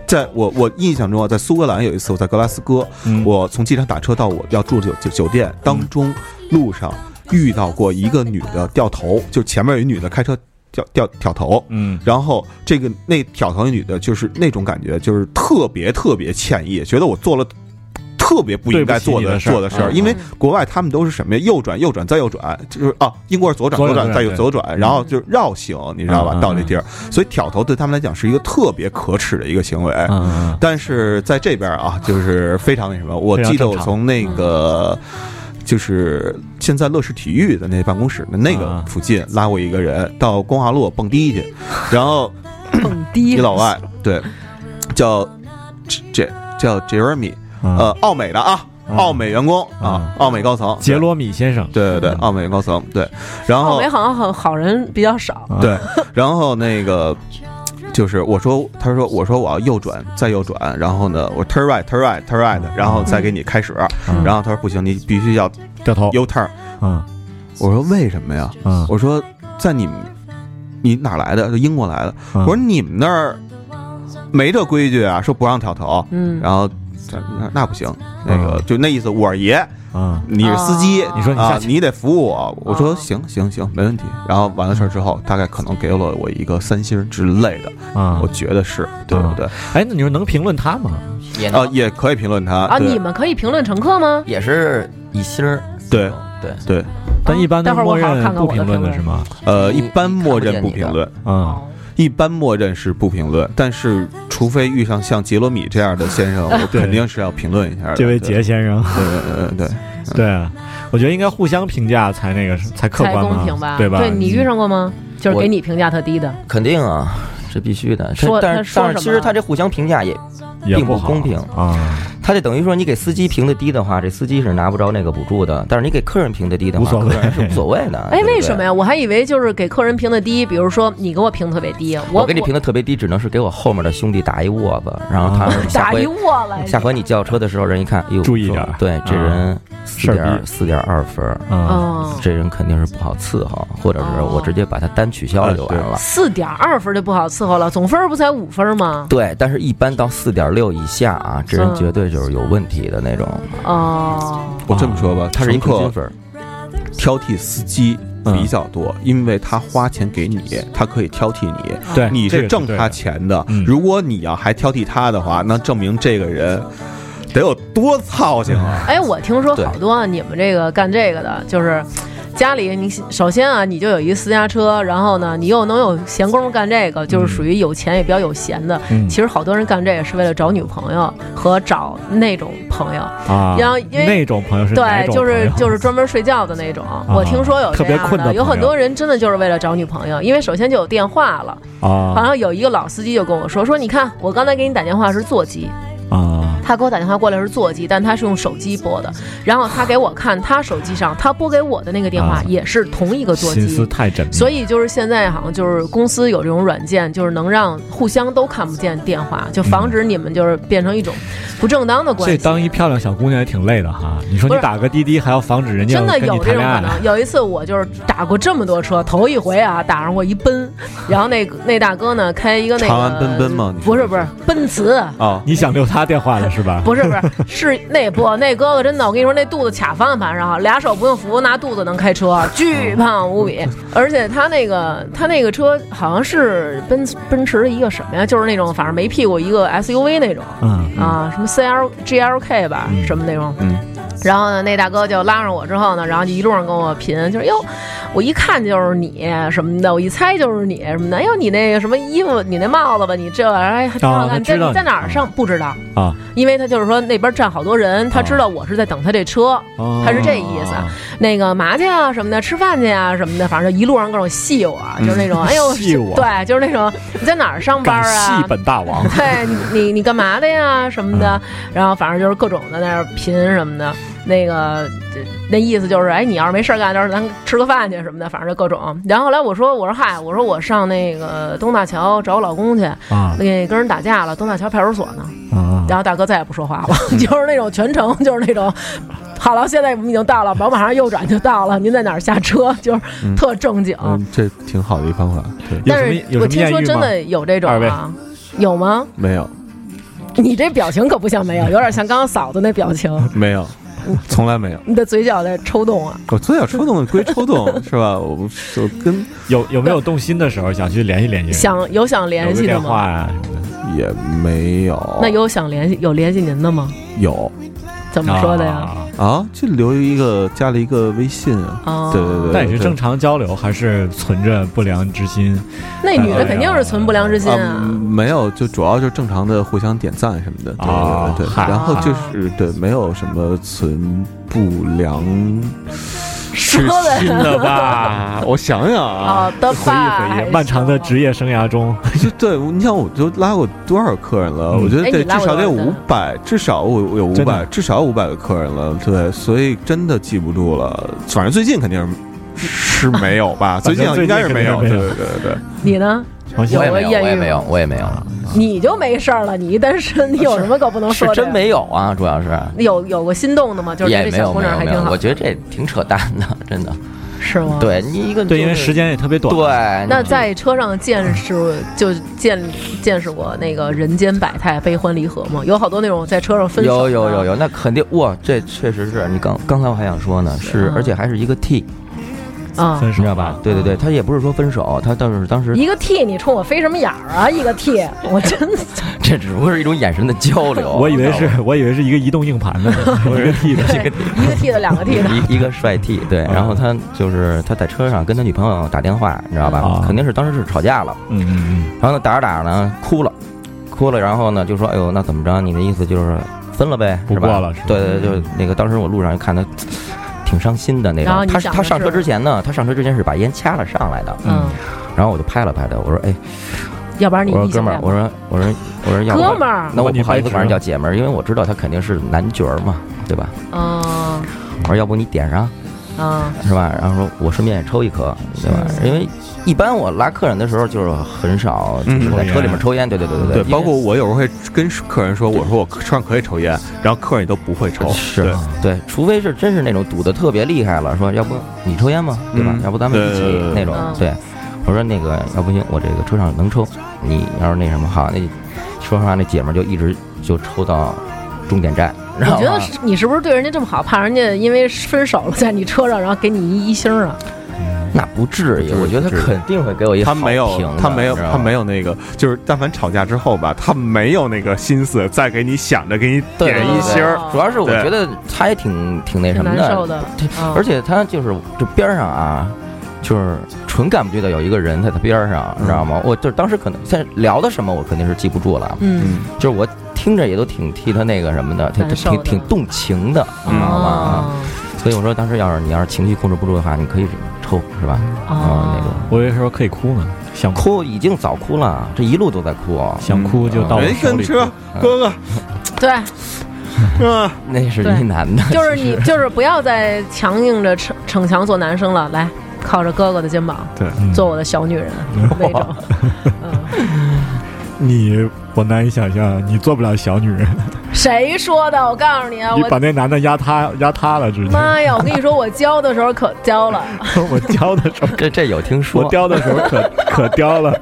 S4: 在我我印象中啊，在苏格兰有一次，我在格拉斯哥，
S2: 嗯
S4: 我从机场打车到我要住的酒酒酒店当中，路上遇到过一个女的掉头，就前面有一女的开车掉掉挑头，
S2: 嗯
S4: 然后这个那挑头那女的，就是那种感觉，就是特别特别歉意，觉得我做了。特别不应该
S2: 对不
S4: 做
S2: 起你的事儿
S4: 做的事儿，
S2: 嗯
S4: 因为国外他们都是什么呀？右转，右转，再右转，就是啊，英国是左转，
S2: 左
S4: 左
S2: 转
S4: 转，再右
S2: 对
S4: 左转，然后就是绕行，你知道吧
S2: 嗯？嗯
S4: 到那地儿，所以挑头对他们来讲是一个特别可耻的一个行为。
S2: 嗯
S4: 但是在这边啊，就是非常那什么。我
S2: 非常
S4: 记得我
S2: 正常
S4: 从那个就是现在乐视体育的那办公室的那个
S2: 啊
S4: 附近拉过一个人到光华路蹦迪去，然后
S3: 蹦迪，
S4: 一老外，对，叫这叫 Jeremy，
S2: 嗯
S4: 呃，奥美的啊，
S2: 嗯
S4: 奥美员工啊
S2: 啊，
S4: 奥美高层，
S2: 杰罗米先生，
S4: 对，对对对，奥美高层，对，然后
S3: 澳哦门好像好好人比较少。
S2: 啊
S4: 对，然后那个就是我说，他说我说我要右转，再右转，然后呢，我 turn right turn right turn right，然后再给你开始，
S2: 嗯
S4: 然后他说不行，你必须要
S2: 掉头，
S4: U turn。
S2: 嗯
S4: 我说为什么呀？
S2: 嗯，
S4: 我说在你们你哪来的？就英国来的。
S2: 嗯
S4: 我说你们那儿没这规矩啊，说不让跳头。
S3: 嗯，
S4: 然后他那那不行，那个就那意思，我是爷，
S2: 嗯
S4: 你是司机，
S3: 哦
S2: 你说你
S4: 嗯啊 (laughs)
S2: 下，去
S4: 你得服务我。我说
S3: 哦
S4: 行行行，没问题。然后完了事儿之后，大概可能给了我一个三星之类的，
S2: 啊
S4: 我，觉得是对不对？
S2: 哎，那你说能评论他吗？
S5: 也
S4: 啊
S5: 能，
S4: 也可以评论他
S3: 啊，
S4: 对
S3: 你们可以评论乘客吗？
S5: 也是一星儿。
S4: 对
S5: 对，
S4: 对，
S2: 但一般
S3: 待
S2: 都
S3: 会儿我
S2: 默
S3: 好好看看
S2: 认不
S3: 我的
S2: 评
S3: 评
S2: 论的
S3: 论
S2: 是吗？
S4: 呃，
S5: 你
S4: 一般默认
S5: 看
S4: 不
S5: 不见你
S4: 评
S5: 的
S4: 论，
S2: 嗯，
S4: 一般默认是不评论，但是除非遇上像杰罗米这样的先生，我
S2: 对
S4: 肯定是要评论一下的。
S2: 这位
S4: 对
S2: 杰，先生，
S4: 对对对对，
S2: 对啊，我觉得应该互相评价才那个才客
S3: 才
S2: 观嘛，
S3: 公平吧？
S2: 对吧？
S3: 你遇上过吗？就是
S5: 我
S3: 给你评价特低的，
S5: 肯定啊，这必须的。
S3: 说
S5: 但
S3: 他
S5: 是
S3: 说
S5: 但是，
S3: 什
S5: 其实
S3: 么啊
S5: 他这互相评价也，
S2: 也
S5: 并不
S2: 好
S5: 公平
S2: 啊，
S5: 他这等于说你给司机评的低的话，这司机是拿不着那个补助的；但是你给客人评的低的
S2: 无所
S5: 话，
S2: 谓
S5: 客人是无所谓的。
S3: 哎，
S5: 对不对
S3: 为什么？呀？我还以为就是给客人评的低，比如说你给我评特别低，
S5: 我
S3: 我
S5: 给你评的特别低，只能是给我后面的兄弟打一窝子，然后他们
S3: 我
S5: 下
S3: 打一
S5: 回
S3: 窝来，
S5: 下回你叫车的时候，人一看，哎呦，
S2: 注意点啊
S5: 说对，这人四点四点二分，
S2: 嗯，
S3: 嗯，哦
S5: 这人肯定是不好伺候，或者是我直接把他单取消了就完
S2: 啊
S5: 了。
S3: 四点二分就不好伺候了，总分儿不才五分吗？
S5: 对，但是一般到四点六以下啊，这人
S3: 嗯
S5: 绝对就是有问题的那种。
S3: 哦，
S4: 我这么说吧，他是一
S5: 成
S4: 个
S5: 绩分
S4: 挑剔司机比较多，因为他花钱给你，他可以挑剔你，
S3: 嗯
S2: 对，
S4: 你
S2: 这
S4: 是
S2: 个
S4: 挣
S2: 对
S4: 他
S2: 的
S4: 钱的
S2: 嗯。
S4: 如果你要还挑剔他的话，那证明这个人得有多操心啊！
S3: 哎，我听说
S5: 对
S3: 好多啊你们这个干这个的，就是家里你首先啊，你就有一私家车，然后呢，你又能有闲工夫干这个，就是属于有钱也比较有闲的。
S2: 嗯
S3: 其实好多人干这个是为了找女朋友和找那种朋友，
S2: 啊，
S3: 然后因为
S2: 那种朋友是哪
S3: 对，
S2: 种
S3: 就是
S2: 朋友
S3: 就是专门睡觉的那种。我听说有
S2: 特
S3: 这
S2: 别
S3: 样
S2: 困的
S3: 的，有
S2: 朋
S3: 很
S2: 友
S3: 多人真的就是为了找女朋友，因为首先就有电话了。好
S2: 啊
S3: 像有一个老司机就跟我说，说你看我刚才给你打电话是座机，
S2: 啊，
S3: 他给我打电话过来是座机，但他是用手机拨的，然后他给我看他手机上他拨给我的那个电话
S2: 啊
S3: 也是同一个座
S2: 心思
S3: 机。
S2: 太缜密，
S3: 所
S2: 以
S3: 以就是现在好像就是公司有这种软件，就是能让互相都看不见电话，就防止你们就是变成一种不正当的关
S2: 这
S3: 系。啊
S2: 当一漂亮小姑娘也挺累的哈。你说
S3: 不
S2: 你
S3: 是
S2: 打个滴滴还要防止人家
S3: 真的
S2: 跟你
S3: 有这
S2: 谈
S3: 种
S2: 恋
S3: 可
S2: 爱
S3: 能。有一次我就是打过这么多车，头一回啊打上过一奔，然后那个那大哥呢开一个那个
S4: 长安奔奔吗你说
S3: 不是不是奔驰，
S4: 啊，
S2: 你想留他电话了是吧？
S3: 不是不是，是那不那哥哥真的，我跟你说那肚子卡方向盘上啊，俩手不用扶，拿肚子能开车，巨胖无比。而且他那个他那个车好像是奔奔驰的一个什么呀，就是那种反正没屁股一个 SUV 那种。
S2: 嗯，
S3: 啊，什么 C L G L K 吧，
S2: 嗯
S3: 什么那种。
S4: 嗯。
S3: 然后呢，那大哥就拉上我之后呢，然后就一路上跟我贫，就是哟，我一看就是你什么的，我一猜就是你什么的。哎呦，你那个什么衣服，你那帽子吧，你这玩意儿哎还挺好
S2: 哦他
S3: 看。你在
S2: 知道
S3: 你在
S2: 你
S3: 哪儿上？不知道
S2: 啊，
S3: 因为他就是说那边站好多人，他知道我是在等他这车。他是这意思
S2: 啊
S3: 那个嘛去啊什么的，吃饭去啊什么的，反正就一路上各种戏我，就是那种哎呦，
S2: 嗯戏我
S3: 对，就是那种你在哪儿上班
S2: 敢
S3: 啊？，
S2: 戏本大王
S3: (laughs) 对你你你干嘛的呀什么的，
S2: 嗯
S3: 然后反正就是各种的在那儿贫什么的，那个这那意思就是，哎，你要是没事儿干，就是咱吃个饭去什么的，反正就各种。然后后来我说，我说嗨，我说我上那个东大桥找我老公去，
S2: 啊
S3: 那跟人打架了，东大桥派出所呢。
S2: 啊，
S3: 然后大哥再也不说
S2: (laughs)
S3: 话了， (laughs) 就是那种全程就是那种，好了，现在我们已经到了，宝马上右转就到了，您在哪儿下车？就是
S4: 嗯
S3: 特正经。
S4: 嗯，这挺好的一方法。对，
S2: 有
S3: 但
S2: 什么
S3: 是我
S2: 有什么
S3: 听
S2: 艳
S3: 说
S2: 遇
S3: 真
S2: 吗？
S3: 的有这种
S2: 二位
S3: 啊，有吗？
S4: 没有
S3: (laughs) 你这表情可不像
S5: (laughs)
S3: 没有，有点像刚刚嫂子那表情，
S4: 没有，从来没有。
S3: 你的嘴角在抽动啊。
S4: 我从小抽动归抽动，是吧？我不就跟
S2: 有有没有动心的时候想去联系联系人？
S3: 想有想
S2: 留
S3: 联
S2: 个
S3: 系的
S2: 电
S3: 吗？
S2: 话呀什么的，
S4: 也没有。
S3: 那有想联系有联系您的吗？
S4: 有
S3: 怎么说的呀？
S2: 啊？
S4: 啊，就留一个加了一个微信啊。
S3: 哦，
S4: 对对对
S2: 那也是正常交流，还是存着不良之心？
S3: 那女的肯定是存不良之心
S4: 啊，
S3: 啊。
S5: 嗯
S4: 没有，就主要就是正常的互相点赞什么的，
S2: 哦
S4: 对对对对。
S2: 嗨
S4: 然后
S3: 啊
S4: 就是对，没有什么存不良
S3: (laughs) 说的 (laughs)
S2: 的吧？
S4: 我想想
S3: 好
S4: 啊，
S3: 的
S2: 回忆
S3: 吧
S2: 回忆，，漫长的职业生涯中，
S4: (laughs) 就对你想，我都拉过多少客人了？
S2: 嗯
S4: 我觉
S3: 哎
S4: 得
S3: 你
S4: 得
S3: 拉
S4: 至
S3: 过
S4: 少得有
S3: 多少
S4: 五百，至少我我有五
S2: 真
S4: 百
S2: 的，
S4: 至少五百个客人了。对，所以真的记不住了。反正最近肯定是。是没有吧？
S2: (laughs)
S4: 最
S2: 反正
S4: 近
S2: 最近
S4: 应该是没有，
S2: 肯
S4: 对
S2: 定是没
S4: 对
S2: 有
S4: 对对。
S3: 你呢？
S2: 我
S5: 我
S2: 想
S5: 也没
S3: 有
S5: 有，
S3: 艳遇
S5: 我也没有，我也没有，
S3: 你就没事儿了，你一单身，你有什么可不能
S5: (laughs) 是
S3: 说的
S5: 真
S3: 呀？
S5: 没有啊，主要是
S3: 有有过心动的吗？就是
S5: 也
S3: 这
S5: 没
S3: 小
S5: 有
S3: 姑
S5: 没
S3: 娘
S5: 有
S3: 还
S5: 没
S3: 挺
S5: 有，
S3: 好
S5: 我，觉得这挺扯淡的，真的。
S3: 是吗？。
S5: 对你一个
S2: 对，因为
S5: 就是
S2: 时间也特别短。
S5: 对，
S3: 那
S5: 你
S3: 在车上见识就见见识过那个人间百态、悲欢离合吗？有好多那种在车上分手
S5: 有
S3: 的
S5: 有有有，那肯定哇，这确实是你刚刚才我还想说呢，是
S3: 嗯
S5: 而且还是一个 T，你
S3: 啊，
S2: 分手
S5: 知道吧？？对对对，他也不是说分手，他倒是当时
S3: 一个 T，你冲我飞什么眼儿啊？一个 T，我真的
S5: (laughs) 这只不过是一种眼神的交流，
S2: 我以为
S5: 知道吧
S2: 是，我以为是一个移动硬盘呢，一个 T 的。
S3: 一个 T 的两个 T
S5: (laughs)
S3: (laughs) 的，
S5: 一一个帅 T，对，然
S2: 嗯
S5: 后他就是他在车上跟他女朋友打电话，你知道吧
S2: 啊？
S5: 肯定是当时是吵架了，
S2: 嗯嗯
S5: 然后呢打着打着呢哭了，哭了，然后呢就说，哎呦，那怎么着？你的意思就是分了呗，
S2: 不
S5: 是吧
S2: 过了是吧
S5: 对对对，就那个当时我路上就看他。挺伤心的那
S3: 然后
S5: 种，
S3: 你
S5: 他
S3: 想
S5: 他
S3: 的
S5: 上车
S3: 是
S5: 之前呢，他上车之前是把烟掐了上来的，
S2: 嗯
S3: 嗯，
S5: 然后我就拍了拍他，我说：“哎，
S3: 要不然
S5: 我
S3: 哦你
S5: 说
S3: 异
S5: 哥
S3: 性
S5: 们儿，
S3: 恋吧
S5: 我说我说我说要不
S3: 哥们儿，
S5: 那我不
S2: 把
S5: 好意
S2: 你掰
S5: 思
S2: 直
S5: 管人叫姐们儿，因为我知道他肯定是男角儿嘛，对吧？
S3: 嗯
S5: 我说要不你点上
S3: 嗯
S5: (laughs)
S3: 嗯
S5: 是吧？然后说我顺便也抽一颗，对吧？因为一般我拉客人的时候就是很少就是在车里面抽烟，对对对对
S4: 对，包括我有时候会跟客人说，我说我车上可以抽烟，然后客人也都不会抽，
S5: 是对，除非是真是那种赌的特别厉害了，说要不你抽烟吧，嗯对吧？要不咱们一起那种，
S3: 嗯
S5: 对，我说那个要不行，我这个车上能抽，你要是那什么好，那说实话，那姐们就一直就抽到终点站。
S3: 我觉
S5: 啊
S3: 得你是不是对人家这么好，怕人家因为分手了在你车上，然后给你一一星啊？
S5: 那不至于，我觉得他肯定会给我一
S4: 他没有，他没有，他没有那个，就是但凡吵架之后吧，他没有那个心思再给你想着给你点一星儿。
S3: 哦
S5: 主要是我觉得他也挺挺那什么
S3: 的，嗯
S5: 而且他就是这边上啊，就是纯感觉到有一个人在他边上，你知道吗？我就是当时可能在聊的什么，我肯定是记不住了，
S3: 嗯，
S5: 就是我。听着也都挺替他那个什么的，他挺挺动情的，你知道
S3: 哦
S5: 吗？所以我说，当时要是你要是情绪控制不住的话，你可以抽，是吧？
S3: 哦，
S5: 啊那种。
S2: 我有时候可以哭呢，想
S5: 哭已经早哭了，这一路都在哭，哦
S2: 想哭就到
S4: 没哎跟车哥哥，
S3: 对，
S5: (laughs)
S4: 嗯，
S5: 那是一男的，
S3: 就是你就是不要再强硬着逞逞强做男生了，来靠着哥哥的肩膀，
S4: 对，
S2: 嗯
S3: 做我的小女
S5: (laughs)
S3: 人那种，嗯。
S2: 你我难以想象，你做不了小女人。
S3: 谁说的？我告诉你
S5: (laughs)
S3: 啊，
S2: 你把那男的压塌压塌了，直接。
S3: 妈呀！我跟你说，我教的时候可教了。
S2: (laughs) 我教的时候，
S5: 这这有听说。
S2: 我教的时候
S3: (laughs)
S2: 可可刁了。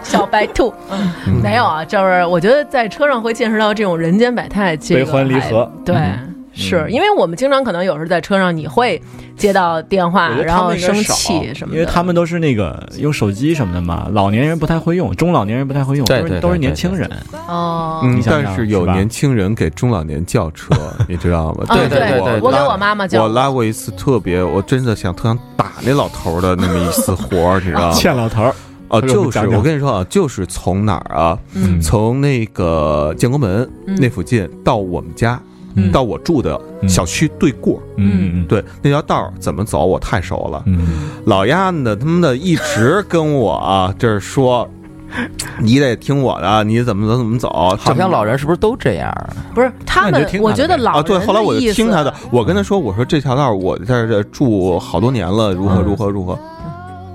S3: 小白兔，嗯、没有啊，就是我觉得在车上会见识到这种人间百态，
S2: 悲欢离合。
S3: 对。嗯是因为我们经常可能有时候在车上你会接到电话，哎啊然后生气什么的，
S2: 因为他们都是那个用手机什么的嘛，老年人不太会用，中老年人不太会用，
S5: 对对，
S2: 都是年轻人。
S3: 哦，
S4: 嗯但是有年轻人给中老年叫 (laughs) 车，你知道吗？
S5: 对对对，
S3: 啊嗯我给我妈妈叫，
S4: 我拉过一次特别，我真的想特想打那老头的那么一次活儿，你知道吗？ (laughs)
S2: 欠老头。
S4: 哦，就是我跟你说啊，就是从哪儿啊，
S3: 嗯
S2: 嗯
S4: 从那个建国门那附近到我们家。到我住的小区对过，
S2: 嗯，
S4: 对，那条道怎么走我太熟了。
S2: 嗯，
S4: 老丫呢，他妈的一直跟我啊，就是说，你得听我的，你怎么怎么怎么走。
S5: 好像老人是不是都这样？
S3: 不是他们，我觉得老
S4: 啊，对。后来我就听他的，我跟他说，我说这条道我在这住好多年了，如何如何如何。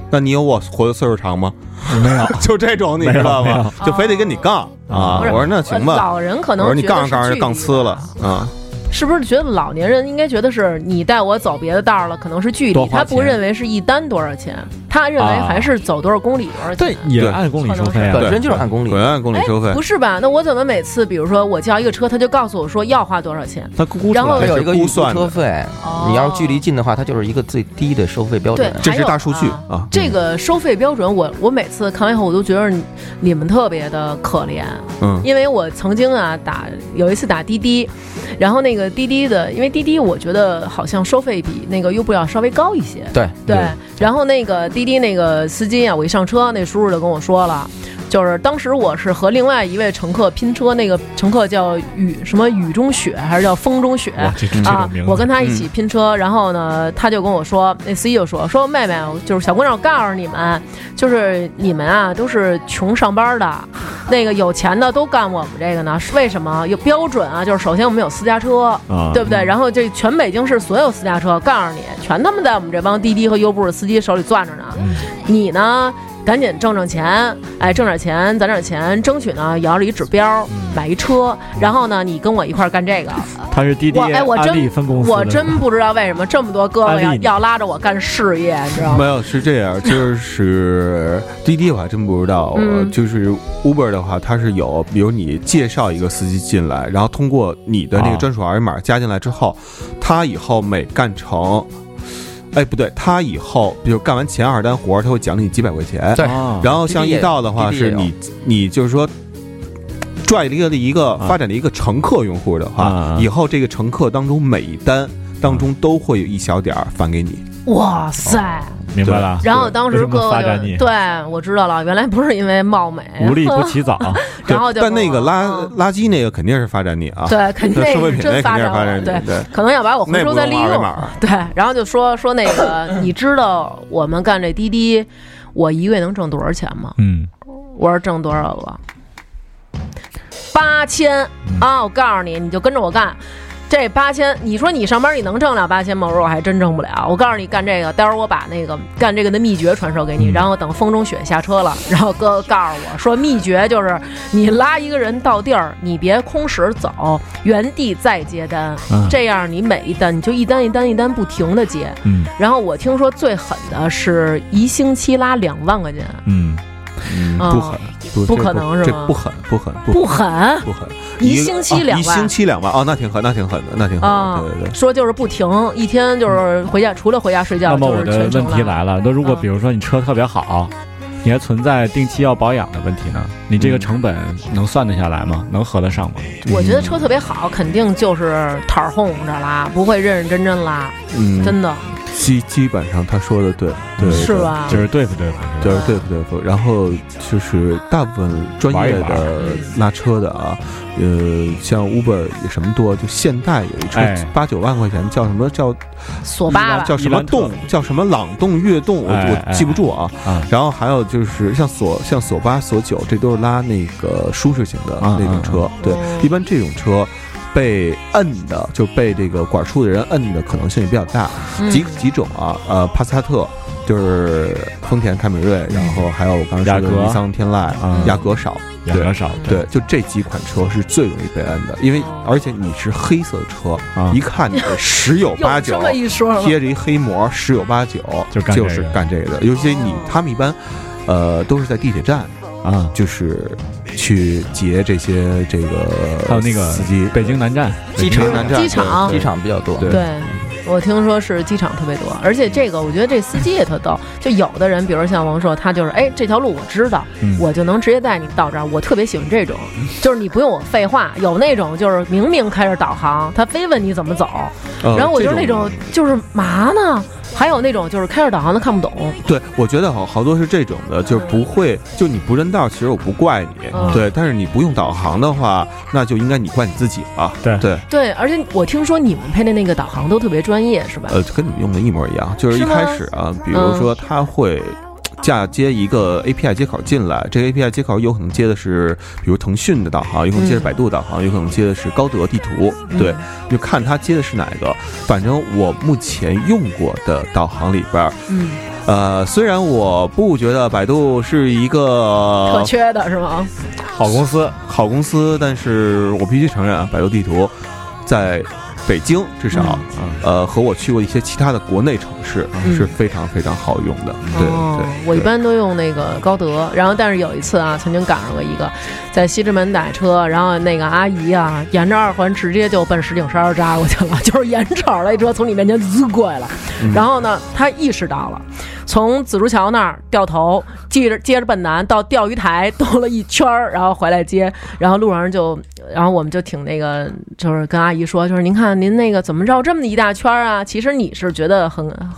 S4: 那你有我活的岁数长吗？
S2: 没有，
S4: (laughs) 就这种你知道吗？就非得
S3: 哦
S4: 跟你杠
S2: 嗯
S4: 啊！我说那行吧，
S3: 呃老人可能
S4: 我说你杠杠就杠呲了啊。
S3: 是不是觉得老年人应该觉得是你带我走别的道了，可能是距离，他不认为是一单多少钱，他认为还是走多少公里多少
S4: 啊
S3: 钱。
S2: 对，也按公里收费，
S5: 本身就是按公里，
S4: 按公里收费。
S3: 不是吧？那我怎么每次，比如说我叫一个车，他就告诉我说要花多少钱？哦
S2: 他估
S3: 然后
S5: 有一个
S4: 估算
S5: 车费，你要是距离近的话，它就是一个最低的收费标准。
S4: 这是大数据啊。
S3: 这个收费标准，我我每次看完以后，我都觉得你们特别的可怜。
S4: 嗯，
S3: 因为我曾经啊打有一次打滴滴，然后那个。滴滴的，因为滴滴我觉得好像收费比那个优步要稍微高一些。
S5: 对
S3: 对，然后那个滴滴那个司机啊，我一上车，那叔叔就跟我说了，就是当时我是和另外一位乘客拼车，那个乘客叫雨什么雨中雪还是叫风中雪啊？我跟他一起拼车，然后呢，他就跟我说，那司机就说说妹妹，就是小姑娘，我告诉你们，就是你们啊都是穷上班的，那个有钱的都干我们这个呢，为什么？有标准啊，就是首先我们有私家车。
S2: 啊，
S3: 对不对？然后这全北京市所有私家车，告诉你，全他妈在我们这帮滴滴和优步的司机手里攥着呢。
S2: 嗯、
S3: 你呢，赶紧挣挣钱，哎，挣点钱，攒点钱，争取呢摇着一指标买一车。然后呢，你跟我一块儿干这个。
S2: 他是滴滴，
S3: 我哎，我真
S2: 分公司，
S3: 我真不知道为什么这么多哥哥要要拉着我干事业，你知道吗？
S4: 没有，是这样，就是滴滴我还真不知道，
S3: 嗯、
S4: 就是 Uber 的话，它是有，比如你介绍一个司机进来，然后通过你的那个专属二维码加进来之后，他以后每干成。哎，不对，他以后比如干完前二单活，他会奖励你几百块
S2: 嗯
S4: 钱。
S5: 对，
S2: 啊
S4: 然后像易到的话，是你你就是说，拽一个的一个发展的一个乘客用户的话，以后这个乘客当中每一单当中都会有一小点儿返给你。
S3: 哇塞！
S2: 明白了。
S3: 然后当时哥
S2: 发
S3: 哥
S2: 展你，
S3: 对我知道了，原来不是因为貌美，
S2: 无利不起早。
S3: 哎然后就
S4: 但那个垃
S3: 嗯
S4: 垃圾那个肯定是发展你啊， (laughs)
S3: 对，肯定
S4: 收废品那
S3: 真
S4: 肯定是发
S3: 展
S4: 展
S3: 我
S4: 你，
S3: 对，
S4: 对，
S3: 可能要把我回
S4: 那
S3: 收
S4: 不
S3: 再
S4: 用
S3: 利
S4: 二维
S3: 用。
S4: 码
S3: 对，然后就说说那个，你知道我们干这滴滴，我一个月能挣多少钱吗？
S2: 嗯，
S3: 我说挣多少吧？八千啊！我告诉你，你就跟着我干。这八千，你说你上班你能挣了八千吗？我说我还真挣不了。我告诉你干这个，待会儿我把那个干这个的秘诀传授给
S4: 嗯
S3: 你，然后等风中雪下车了， (laughs) 然后哥告诉我说秘诀就是你拉一个人到地儿，你别空手走，原地再接单，
S2: 嗯
S3: 这样你每一单你就一单一单一单不停的接。
S2: 嗯
S3: 然后我听说最狠的是一星期拉两万块钱，
S2: 嗯，
S4: 嗯，
S3: 嗯
S4: 不狠，
S3: 不可能是
S4: 这
S3: 吗
S4: 不狠，不狠，不
S3: 啊不
S4: 狠，
S3: 狠，
S4: 不狠，
S3: 一
S4: 个
S3: 星期
S4: 啊
S3: 两
S4: 一
S3: 万
S4: 星期两万哦，那挺狠，那挺狠的，那挺狠
S3: 啊
S4: 的，对对对，
S3: 说就是不停，一天就是回家，除了回家睡觉
S2: 那么
S3: 就
S2: 我
S3: 是
S2: 的
S3: 全
S2: 问
S3: 程
S2: 题来了，那如果
S3: 嗯
S2: 比如说你车特别好，你还存在定期要保养的问题呢？你这个成本能算得下来吗？能合得上吗？
S3: 我
S4: 嗯
S3: 觉得车特别好，肯定就是摊儿哄着拉，不会认认真真拉，
S4: 嗯，
S3: 真的
S4: 基基本上他说的对，对对
S3: 是？吧？
S2: 嗯就是对付对付。
S4: 对就是对付对付，然后就是大部分专业
S2: 玩一
S4: 的拉车的啊，呃，像 Uber 也什么多，就现代有一车
S2: 哎
S4: 八九万块钱，叫什么叫
S3: 索八吧，
S4: 嗯叫什么
S2: 伊
S4: 动
S2: 兰特
S4: 叫什么朗动悦动，我
S2: 哎
S4: 我记不住啊。
S2: 哎哎
S4: 然后还有就是像索像索八索九，这都是拉那个舒适型的
S2: 嗯
S4: 那种车。对，一般这种车。被摁的，就被这个管处的人摁的可能性也比较大。
S3: 嗯
S4: 几
S3: (laughs)
S4: 几种啊，呃，帕萨特就是丰田凯美瑞，然后
S3: 嗯
S4: 还有我刚才说
S2: 雅
S4: 的
S2: 阁
S4: 尼桑天籁啊
S2: 嗯、
S4: 雅阁少，
S2: 养得少。
S4: 对，就这几款车是最容易被摁的，因为而且你是黑色的车，
S2: 啊
S4: 一看你的十有八
S3: 有
S4: 九
S3: 这么一说吗？
S4: (laughs) 贴着一黑膜，十有八九
S2: 就干这个
S4: 是干这个的。尤其
S3: 哦
S4: 你他们一般，呃，都是在地铁站，
S2: 啊，
S4: 就是去劫这些这个
S2: 还有那个
S4: 司机。
S2: 北京南站、
S5: 机场
S4: 北京南站
S3: 机场
S5: 机场比较多。
S4: 对
S3: 对。我听说是机场特别多，而且这个我觉得这司机也特逗。就有的人，比如像王硕，他就是哎这条路我知道，
S2: 嗯
S3: 我就能直接带你到这儿。我特别喜欢这种，就是你不用我废话。有那种就是明明开着导航，他非问你怎么走，
S4: 呃
S3: 然后我就是
S4: 这
S3: 那种就是嘛呢？还有那种就是开着导航的看不懂，
S4: 对，我觉得好好多是这种的，就是不会，就你不认道，其实我不怪你，
S3: 嗯
S4: 对。但是你不用导航的话，那就应该你怪你自己了。
S2: 对
S4: 对，
S3: 对，而且我听说你们配的那个导航都特别专业，是吧？
S4: 呃，跟你用的一模一样，就是一
S3: 是吗嗯
S4: 开始啊，比如说他会。嫁接一个 API 接口进来，这个 API 接口有可能接的是，比如腾讯的导航，有可能接的是
S3: 嗯
S4: 百度导航，有可能接的是高德地图，
S3: 嗯
S4: 呃对，就看他接的是哪一个。反正我目前用过的导航里边儿，
S3: 嗯，
S4: 呃，虽然我不觉得百度是一个
S3: 特缺的是吗？
S2: 好公司，
S4: 好公司，但是我必须承认啊，百度地图在北京至少，呃，和我去过一些其他的国内城市、
S3: 嗯
S4: 是非常非常好用的。对、
S3: 哦
S4: 对，，
S3: 我一般都用那个高德，然后但是有一次啊，曾经赶上过一个在西直门打车，然后那个阿姨啊，沿着二环直接就奔石景山扎过去了，啊就是眼瞅着那车从你面前滋过来了，
S4: 嗯
S3: 然后呢，她意识到了，从紫竹桥那儿掉头，接着接着奔南到钓鱼台兜了一圈儿，然后回来接，然后路上就，然后我们就挺那个，就是跟阿姨说，就是您看您那个怎么绕这么一大圈儿啊？其实你是觉得很很。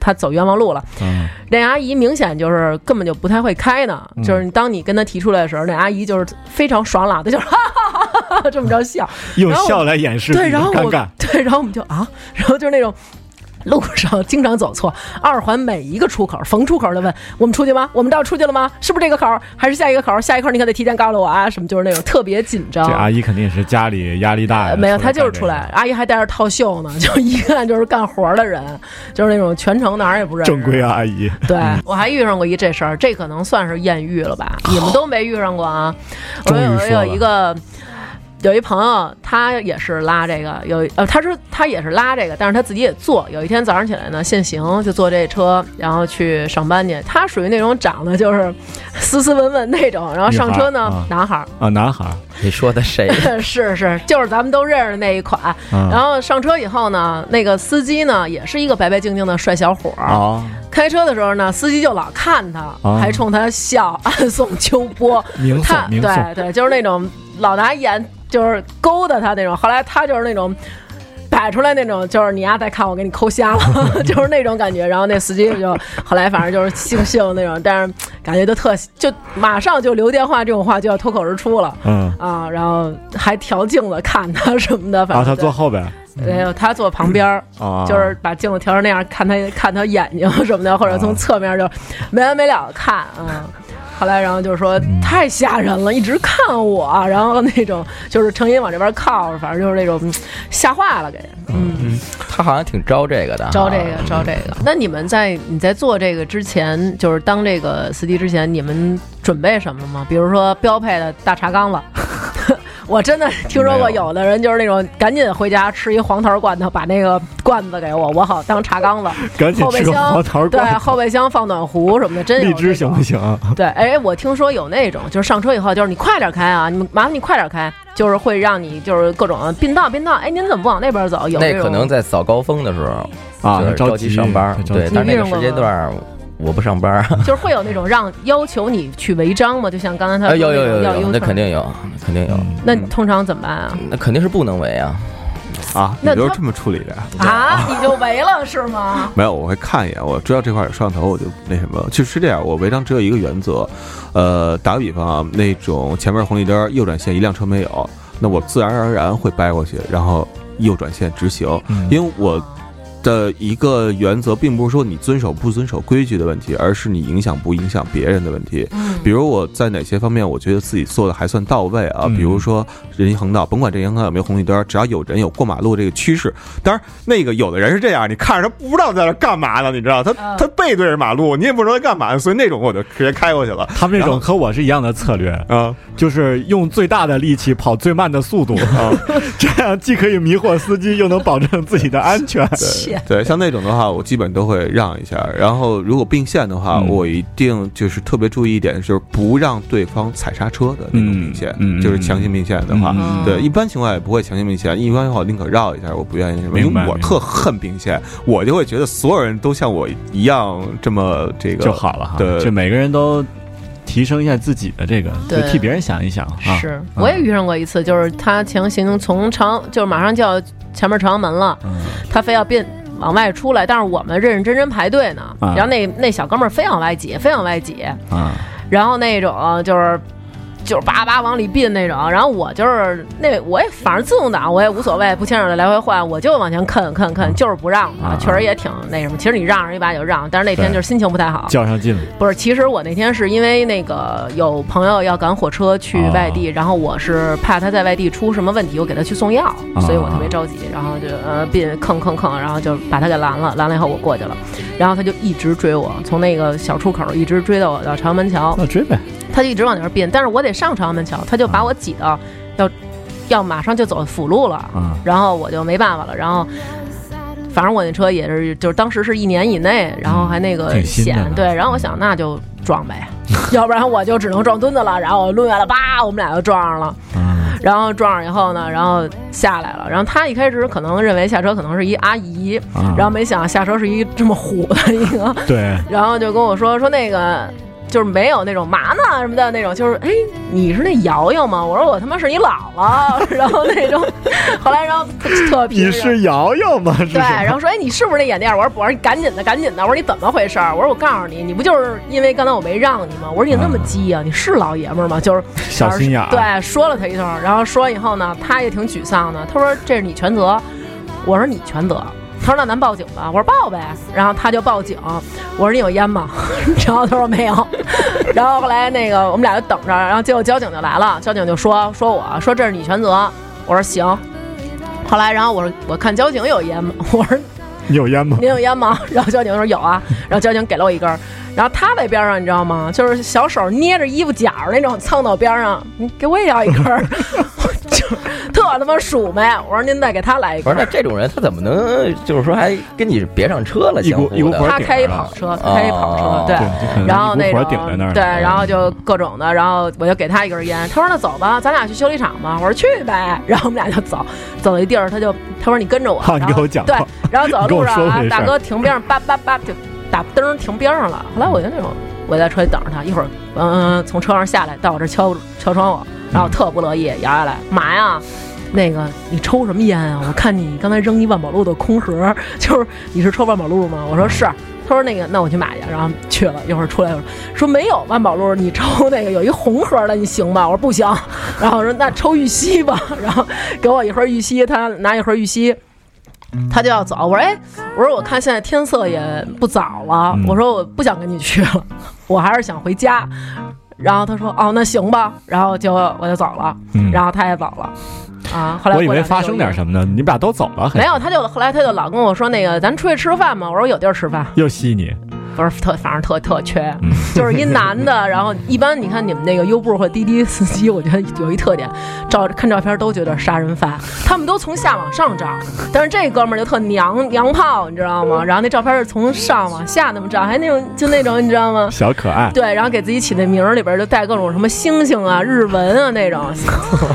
S3: 她走冤枉路了，
S2: 嗯，
S3: 那阿姨明显就是根本就不太会开呢，就是当你跟她提出来的时候，那阿姨就是非常爽朗的，就是 (laughs) 哈哈哈哈这么着笑，
S2: 用
S3: 然后我
S2: 笑来掩饰自
S3: 对，
S2: 己的
S3: 然后
S2: 尴
S3: 我
S2: 尬。
S3: 对，然后我们就啊，然后就是那种。路上经常走错，二环每一个出口，逢出口就问我们出去吗？我们到出去了吗？是不是这个口儿？还是下一个口儿？下一个口儿你可得提前告诉我啊！什么就是那种特别紧张
S2: 这。阿姨肯定也是家里压力大呀，
S3: 没有，她
S2: 干
S3: 就是
S2: 这
S3: 出
S2: 个
S3: 来，。阿姨还带着套袖呢， (laughs) 就一看就是干活儿的人，就是那种全程哪儿也不认识。
S2: 正规阿姨，
S3: (laughs) 对，我还遇上过一这事儿，这可能算是艳遇了吧？你们都没遇上过啊？我
S2: (laughs) 终于
S3: 有我
S2: 说了
S3: 有一个。有一朋友，他也是拉这个，有呃，他说他也是拉这个，但是他自己也坐。有一天早上起来呢，限行就坐这车，然后去上班去。他属于那种长得就是斯斯文文那种，然后上车呢，
S2: 女
S3: 男孩儿、 (laughs)
S2: 啊，男孩儿，
S5: 你说的谁？
S2: (laughs)
S3: 是是，就是咱们都认识那一款。然
S2: 啊
S3: 后上车以后呢，那个司机呢也是一个白白净净的帅小伙儿，
S2: 啊，
S3: 开车的时候呢，司机就老看他，
S2: 啊
S3: 还冲他笑，暗送秋
S2: (laughs)
S3: 波。
S2: 明
S3: 他
S2: 送明送，
S3: 对对，就是那种老拿眼就是勾搭他那种。后来他就是那种摆出来那种，就是你丫再看我给你抠瞎了， (laughs) 就是那种感觉。然后那司机就后来反正就是悻悻那种，但是感觉就特就马上就留电话这种话就要脱口而出了。
S2: 嗯，
S3: 啊，然后还调镜子看他什么的，反
S2: 然后
S3: 正
S2: 啊他
S3: 就
S2: 坐嗯后边儿
S3: 没有他坐旁边儿，
S2: 啊，
S3: 就是把镜子调成
S5: 啊
S3: 那样看他看他眼睛什么的，或者从侧面就没完没了地看，嗯。后来然后就是说太吓人了，一直看我，然后那种就是成心往这边靠，反正就是那种嗯吓坏了给人。嗯，
S5: 他好像挺招这个的哈，
S3: 招这个招这个。那你们在你在做这个之前，就是当这个司机之前，你们准备什么了吗？比如说标配的大茶缸子。 (laughs) 我真的听说过
S5: 没有
S3: 有的人就是那种赶紧回家吃一黄桃罐头，把那个罐子给我，我好当茶缸子。
S2: 赶紧
S3: 后备
S2: 吃个
S3: 箱
S2: 黄桃
S3: 对
S2: 罐头，
S3: 后备箱放暖壶什么的，真有
S2: 荔
S3: 这
S2: 枝行
S3: 种
S2: 不行啊？
S3: 对，哎，我听说有那种，就是上车以后，就是你快点开啊，你们麻烦你快点开，就是会让你就是各种并道并道，哎，您怎么不往那边走？有这
S5: 那
S3: 种
S5: 可能在早高峰的时候，
S2: 啊，
S5: 就是
S2: 他
S5: 着
S2: 急
S5: 上班
S2: 他
S5: 儿，
S2: 着
S5: 对，
S2: 急
S5: 但是那
S3: 你遇
S5: 个
S3: 上
S5: 时间
S3: 过
S5: 段儿我不上班儿，
S3: 就是会有那种让要求你去违章嘛，就像刚才他
S5: (laughs) 哎，
S3: 说
S5: 有
S3: 那
S5: 有
S3: 种
S5: 有
S3: 要
S5: 有有，
S3: 优
S5: 那
S3: 胜
S5: 肯。定嗯有，肯定有，
S2: 嗯
S3: 那你通常怎么办啊？
S5: 那肯定是不能违啊。
S4: 啊，你
S3: 那
S4: 就是
S3: 他
S4: 这么处理的呀？
S3: 啊，你就违了是
S2: (laughs)
S3: 吗？
S4: 没有，我会看一眼，我知道这块有摄像头，我就那什么。其实是这样，我违章只有一个原则，呃，打个比方啊，那种前面红绿灯右转线一辆车没有，那我自然而然会掰过去，然后右转线直行，
S2: 嗯
S4: 因为我。的一个原则，并不是说你遵守不遵守规矩的问题，而是你影响不影响别人的问题。比如我在哪些方面，我觉得自己做的还算到位啊，
S2: 嗯
S4: 比如说人行横道，甭管这人行横道有没有红绿灯，只要有人有过马路这个趋势，当然那个有的人是这样，你看着他不知道在那干嘛呢，你知道他
S3: 嗯
S4: 他背对着马路，你也不知道他干嘛，所以那种我就直接开过去了
S2: 他们这种和我是一样的策略，
S4: 啊。
S2: 就是用最大的力气跑最慢的速度，啊这样既可以迷惑司机，又能保证自己的安全。
S3: 切，
S4: (laughs) 对，像那种的话，我基本都会让一下。然后如果并线的话，
S2: 嗯
S4: 我一定就是特别注意一点，就是不让对方踩刹车的那种并线，
S2: 嗯嗯嗯
S4: 就是强行并线的话。
S2: 嗯
S4: 对，一般情况也不会强行并线，一般情况我宁可绕一下，我不愿意那什么，因
S2: 明白
S4: 为我
S2: 明白
S4: 特恨并线，我就会觉得所有人都像我一样这么这个
S2: 就好了哈。
S4: 对
S2: 就每个人都提升一下自己的这个，就
S3: 对
S2: 替别人想一想啊。
S3: 是，我也遇上过一次，就是他强行从长，就是马上就要前面朝阳门了，
S2: 嗯
S3: 他非要变往外出来，但是我们认认真真排队呢。
S2: 啊
S3: 然后那那小哥们儿非往外挤，非往外挤，
S2: 啊，
S3: 然后那种就是。就是叭叭往里并那种，然后我就是那我也反正自动啊挡我也无所谓，不牵手的来回换，我就往前啃啃啃，就是不让他，
S2: 啊
S3: 确实也挺那什么。其实你让人一把也就让，但是那天
S2: 对
S3: 就是心情不太好。
S2: 较上劲了。
S3: 不是，其实我那天是因为那个有朋友要赶火车去
S2: 啊
S3: 外地，然后我是怕他在外地出什么问题，我给他去送药，
S2: 啊
S3: 所以我特别着急，然后就呃别吭吭吭，然后就把他给拦了，拦了以后我过去了，然后他就一直追我，从那个小出口一直追到我到朝阳门桥，
S2: 那追呗，
S3: 他就一直往那边变，但是我得上朝阳门桥，他就把我挤到要要马上就走辅路了，
S2: 啊
S3: 然后我就没办法了，然后。反正我那车也是，就是当时是一年以内，然后还那个
S2: 嗯挺新的啊
S3: 险
S2: 呢，
S3: 对，然后我想那就撞呗， (laughs) 要不然我就只能撞墩子了。然后我抡圆了，叭，我们俩就撞上了。
S2: 啊，
S3: 然后撞上以后呢，然后下来了。然后他一开始可能认为下车可能是一阿姨，
S2: 啊
S3: 然后没想到下车是一这么虎的一个
S2: 对，
S3: 然后就跟我说说那个就是没有那种嘛呢什么的那种，就是哎你是那瑶瑶吗？我说我他妈是你姥姥， (laughs) 然后那种，后来然后特皮
S2: 你是瑶瑶吗？是
S3: 对，然
S2: 什
S3: 后说哎你是不是那眼店？我说我说你赶紧的赶紧的，我说你怎么回事儿？我说我告诉你，你不就是因为刚才我没让你吗？我说你那么鸡啊呀、你是老爷们儿吗？就是
S2: 小心眼儿
S3: 对，说了他一通，然后说完以后呢，他也挺沮丧的，他说这是你全责，我说你全责。他说：“那咱报警吧。”我说：“报呗。”然后他就报警。我说：“你有烟吗？” (laughs) 然后他说：“没有。”然后后来那个我们俩就等着，然后结果交警就来了。交警就说：“说我说这是你全责。”我说：“行。”后来，然后我说：“我看交警有烟吗？” (laughs) 我说：“
S2: 你有烟吗？
S3: 您有烟吗？然后交警说有啊，然后交警给了我一根儿，然后他在边上你知道吗？就是小手捏着衣服角儿那种蹭到边上，你给我也要一根儿， (laughs) 就特他妈鼠呗。我说您再给他来一
S5: 不
S3: 根
S5: 是，
S3: 儿。
S5: 那这种人他怎么能就是说还跟你别上车了？
S2: 一股
S5: 相互
S2: 一股
S5: 的
S2: 火
S3: 他开一跑车，他开一跑车，对。
S2: 就可能
S3: 然后
S2: 一
S3: 那
S2: 股
S3: 种
S2: 火顶在那儿嗯了，
S3: 对，然后就各种的，然后我就给他一根烟，他说那走吧，咱俩去修理厂吧，我说去呗，然后我们俩就走，走一地儿，他就他说你跟着我，
S2: 好，你
S3: 然
S2: 给
S3: 后
S2: 我讲
S3: 对
S2: 话，
S3: 然后走到路上啊，
S2: 你跟我说回事儿
S3: 大哥停边上，叭叭叭就打灯儿停边上了。后来我就那种，我在车里等着他，一会儿嗯、从车上下来到我这儿敲敲窗户，然后我特不乐意，摇下来嘛呀？那个你抽什么烟啊？我看你刚才扔一万宝路的空盒， (laughs) 就是你是抽万宝路吗？我说
S2: 嗯
S3: 是。他说那个，那我去买去，然后去了一会儿出来，我说说没有万宝路，你抽那个有一红盒的，你行吗？我说不行， (laughs) 然后我说那抽玉溪吧，然后给我一盒玉溪，他拿一盒玉溪，他就要走。我说哎，我说我看现在天色也不早了，
S2: 嗯
S3: (laughs) 我说我不想跟你去了，我还是想回家。然后他说哦，那行吧，然后就我就走了，
S2: 嗯
S3: 然后他也走了，啊，后来
S2: 我以
S3: 过
S2: 为
S3: 两天
S2: 发
S3: 就
S2: 生
S3: 一
S2: 点什么呢，你们俩都走了，还
S3: 没有，他就后来他就老跟我说那个，咱出去吃饭嘛。我说有地儿吃饭，
S2: 又吸你，
S3: 不是特，反正特特缺
S2: 嗯，
S3: (laughs) 就是一男的。然后一般你看你们那个优步或滴滴司机，我觉得有一特点，照看照片都觉得杀人犯，他们都从下往上照，但是这哥们儿就特娘娘炮，你知道吗？然后那照片是从上往下那么照，还那种就那种你知道吗？
S2: 小可爱，
S3: 对，然后给自己起那名儿里边儿就带各种什么星星啊、日文啊那种，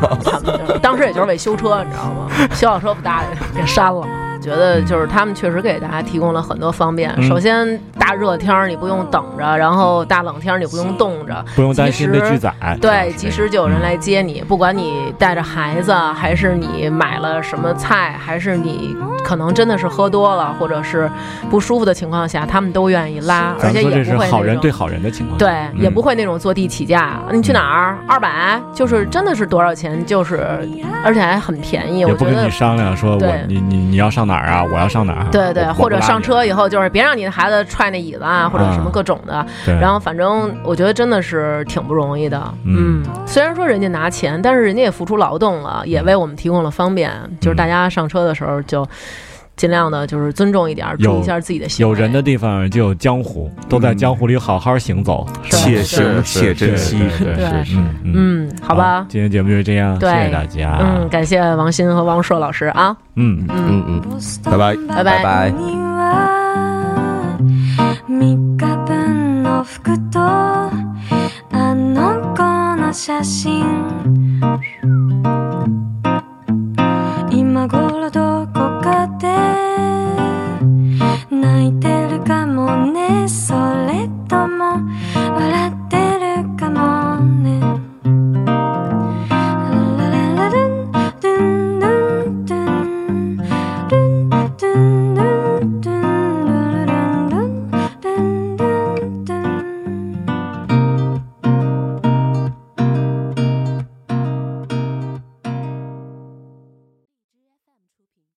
S3: (laughs) 他们就是当时也就是为修车，你知道
S2: (laughs)
S3: 吗？修好车不搭理，给删了。觉得就是他们确实给大家提供了很多方
S2: 嗯
S3: 便。首先，大热天儿你不用等着，然后大冷天儿你不用冻着，
S2: 不用担心被
S3: 及时
S2: 拒载。
S3: 对，及时就有人来接你，不管你带着孩子，还是你买了什么菜，还是你可能真的是喝多了，或者是不舒服的情况下，他们都愿意拉，而
S2: 咱
S3: 且
S2: 们说
S3: 也
S2: 这是
S3: 不会
S2: 好
S3: 那
S2: 人
S3: 种
S2: 对好人的情况，
S3: 对，
S2: 嗯
S3: 也不会那种坐地起价。你去哪儿？二百，就是真的是多少钱？就是，而且还很便宜。
S2: 也
S3: 我
S2: 不
S3: 觉
S2: 跟
S3: 得
S2: 你，商量说我
S3: 对
S2: 你你你要上哪儿啊，我要上哪儿啊，
S3: 对对，
S2: 我
S3: 或者上，
S2: 我
S3: 车以后就是别让你的孩子踹那椅子啊，或者什么各种的。
S2: 不拉你对
S3: 然后反正我觉得真的是挺不容易的。
S2: 嗯
S3: 嗯，虽然说人家拿钱，但是人家也付出劳动了，也为我们提供了方便。就是
S2: 嗯
S3: 大家上车的时候就。尽量的，就是尊重一点，注意一下自己的行为。
S2: 有人的地方就有江湖，都在江湖里好好行走，
S3: 对
S4: 且行且珍惜。
S5: 对
S3: 对
S5: 是是，
S2: 嗯嗯，
S3: 嗯，好吧，
S2: 今天节目就是这样，谢
S3: 对
S2: 谢大家，啊
S3: 嗯，感谢王鑫和王硕老师啊，
S2: 嗯。
S5: 嗯嗯。
S4: 拜拜。
S3: 拜
S5: 拜拜
S7: 3日分の服とあの子の写真